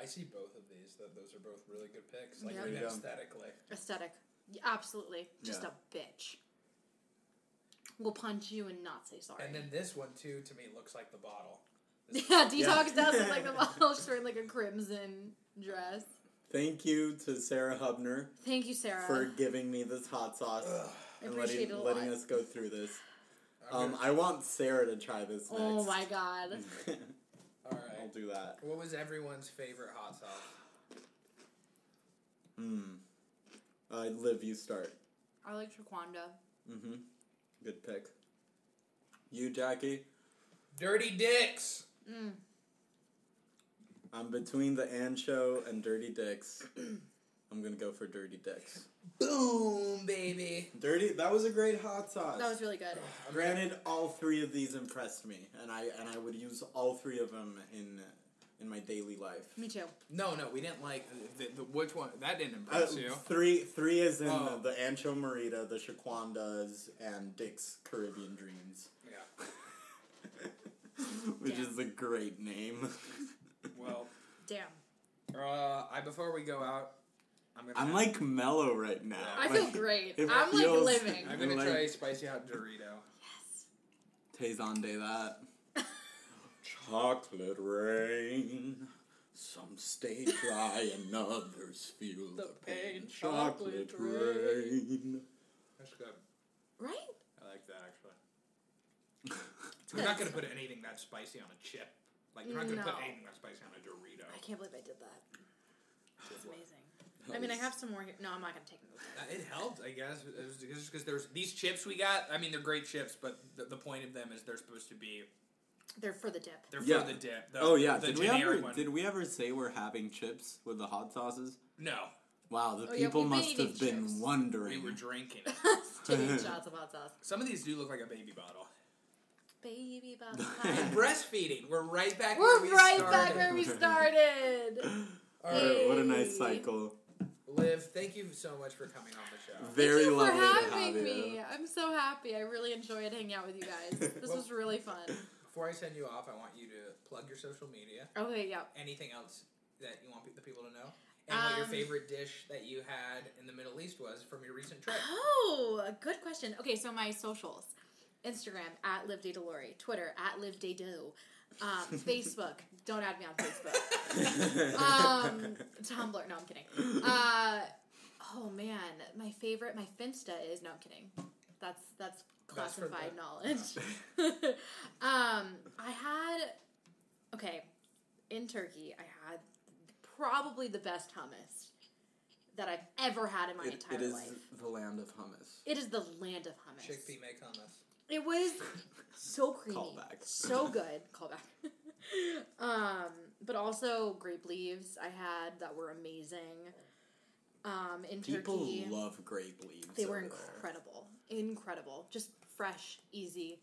I see both of these. That those are both really good picks. Like
Yeah.
even
Yeah.
aesthetically.
Aesthetic. Y- Absolutely. Just
Yeah.
a bitch. Will punch you and not say sorry.
And then this one too, to me, looks like the bottle. This
yeah, detox does look like the model. She's wearing like a crimson dress.
Thank you to Sarah Hubner
Thank you, Sarah.
for giving me this hot sauce
Ugh.
I
and
appreciate
letting,
it a lot.
letting us go through this.
I'm
Um,
gonna-
I want Sarah to try this next.
oh my god.
all
Mm. I'll
right.
do that.
What was everyone's favorite hot sauce?
Hmm. Uh, Liv, you start.
I like Traquanda.
Mm-hmm. Good pick. You, Jackie.
Dirty dicks.
Mm.
I'm between the Ancho and Dirty Dicks. I'm gonna go for Dirty Dicks.
Boom, baby.
Dirty. That was a great hot sauce.
That was really good.
I'm
Granted, all three of these impressed me, and I and I would use all three of them in in my daily life.
Me too.
No, no, we didn't like uh, the, the, which one. That didn't
Uh,
impress you.
three, three is in
Oh.
the, the Ancho Marita, the Shaquandas, and Dick's Caribbean Dreams,
Yeah.
which
Damn.
is a great name.
Well,
Damn.
uh, I before we go out, I'm gonna.
I'm
have-
like mellow right now.
I feel great.
it
I'm like
feels-
living.
I'm gonna
like-
try spicy hot Dorito.
Tazon de that. Chocolate rain. Some stay dry and others feel the, pain. Chocolate rain.
That's good.
Right?
I like that actually. They're not gonna put anything that spicy on a chip. Like they're not gonna
No.
put anything that spicy on a Dorito.
I can't believe I did that. It's amazing. I mean, I have some more here. No, I'm not gonna take them.
Uh, It helped, I guess, It was just because there's these chips we got. I mean, they're great chips, but the, the point of them is they're supposed to be
They're for the dip.
they're
Yeah.
for the dip. The,
Oh yeah,
the
did we
generic
ever
one.
did we ever say we're having chips with the hot sauces?
no,
Wow, the
Oh, yeah,
people
we've been
must have
eating
been
chips.
we
wondering.
were drinking. it.
Taking shots of hot sauce.
Some of these do look like a baby bottle.
Baby bottle.
And
Breastfeeding. We're right back.
We're
where we
right
started.
back where we started.
All
What a-
right,
what a nice
Hey.
cycle.
Liv, thank you so much for coming on the show.
Very
Thank you
lovely
for having
to have
me.
you.
I'm so happy. I really enjoyed hanging out with you guys. This was really fun.
Before I send you off, I want you to plug your social media.
Okay, yeah.
Anything else that you want pe- the people to know? And what your
Um,
favorite dish that you had in the Middle East was from your recent trip?
Oh, good question. Okay, so my socials: Instagram at Live Day Delory, Twitter at Live Day Do, um, Facebook. Don't add me on Facebook. Um, Tumblr. No, I'm kidding. Uh, oh man, my favorite, my Finsta is. No, I'm kidding. That's that's
That's for
classified
the-
knowledge. um, I had okay in Turkey. I had probably the best hummus that I've ever had in my
It- it
entire
is
life.
the land of hummus.
It is the land of hummus.
Chickpea make hummus.
It was so creamy,
Callback.
so good. Callback. um, but also grape leaves I had that were amazing. Um, in
People
Turkey,
love grape leaves.
they were
over there.
incredible, incredible, just fresh, easy,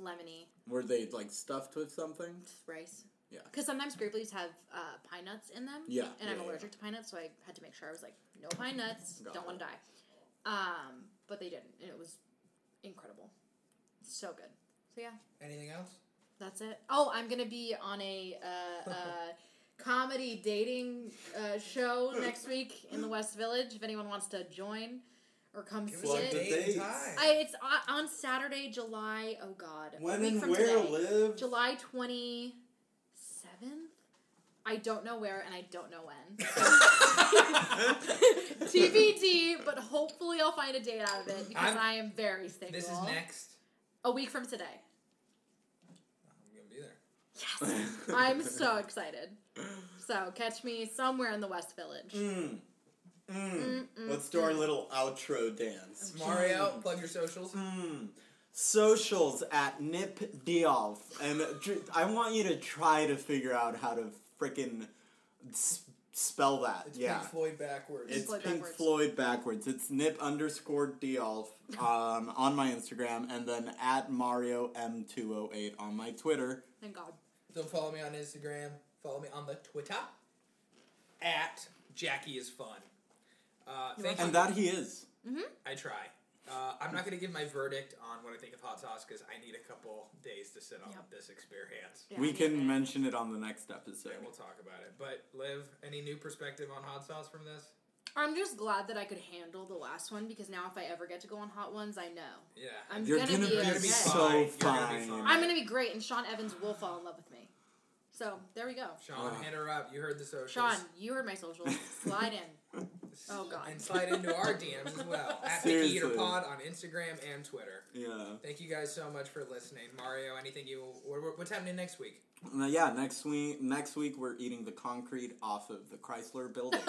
lemony
Were they like stuffed with something?
rice.
Yeah.
Because sometimes grape leaves have uh, pine nuts in them.
Yeah,
And I'm
yeah, yeah.
allergic to pine nuts, so I had to make sure I was like, no pine nuts,
Got
don't want to die. Um, but they didn't, and it was incredible, so good. So yeah.
Anything else?
That's it. Oh, I'm gonna be on a uh, uh, comedy dating uh, show next week in the West Village. If anyone wants to join or come
Give
see
us
Plug
a
the
it,
date and
dates.
time.
I, it's on, on Saturday, July. Oh God, a
When
week
and
from
where
today.
live?
July twenty seventh. I don't know where and I don't know when. So- TBD, but hopefully I'll find a date out of it because
I'm-
i am very single.
this is next.
A week from today.
I'm gonna be there.
Yes. I'm so excited. So catch me somewhere in the West Village.
Mm. Mm.
Mm, mm.
Let's do our little outro dance.
Mario, plug your socials.
Mm. Socials at Nip Diolf. And dr- I want you to try to figure out how to frickin' s- spell that.
It's
yeah.
Pink Floyd backwards.
It's
Floyd
Pink
backwards.
Floyd backwards. It's nip underscore Diolf um, on my Instagram and then at Mario M208 on my Twitter.
Thank God.
So follow me on Instagram. Follow me on the Twitter at Jackie is fun. Uh, thank you.
And that he is.
I try. Uh, I'm not going to give my verdict on what I think of hot sauce because I need a couple days to sit on
Yep.
this experience.
Yeah,
we
I'm
can
okay.
mention it on the next episode.
And we'll talk about it. But Liv, any new perspective on hot sauce from this?
I'm just glad that I could handle the last one because now if I ever get to go on Hot Ones, I know
Yeah.
I'm
You're
gonna,
gonna
be,
be
You're gonna
okay.
so
You're gonna be
fine.
fine.
I'm gonna be great, and Sean Evans will fall in love with me. So there we go.
Sean,
Ah.
hit her up. You heard the socials.
Sean, you heard my socials. Slide in. oh, God.
And slide into our DMs as well. At Picky Eater
Seriously.
Pod on Instagram and Twitter.
Yeah.
Thank you guys so much for listening. Mario, anything you. wh- wh- What's happening next week?
Uh, yeah, next week next week we're eating the concrete off of the Chrysler building.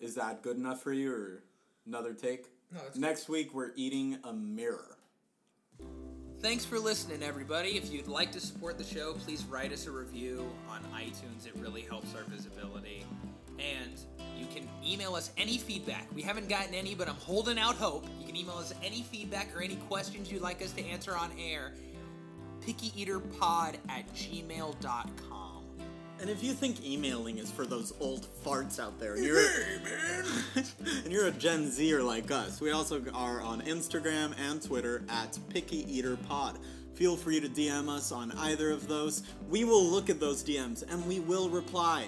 Is that good enough for you or another take?
No, it's
Next week we're eating a mirror.
Thanks for listening, everybody. If you'd like to support the show, please write us a review on iTunes. It really helps our visibility. And you can email us any feedback. We haven't gotten any, but I'm holding out hope. You can email us any feedback or any questions you'd like us to answer on air. PickyEaterPod at gmail.com.
And if you think emailing is for those old farts out there, and you're and you're a Gen Zer like us, we also are on Instagram and Twitter at Picky Eater Pod. Feel free to DM us on either of those. We will look at those DMs and we will reply.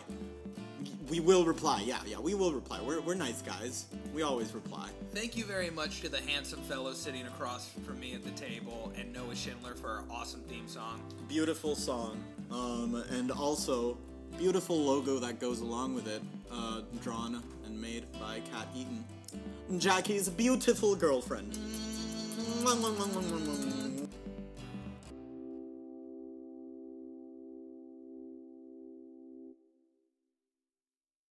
We will reply. Yeah, yeah, we will reply. We're, we're nice guys. We always reply.
Thank you very much to the handsome fellow sitting across from me at the table and Noah Schindler for our awesome theme song.
Beautiful song, um, and also beautiful logo that goes along with it, uh, drawn and made by Kat Eaton. Jackie's beautiful girlfriend. Mwah, mwah, mwah, mwah, mwah, mwah.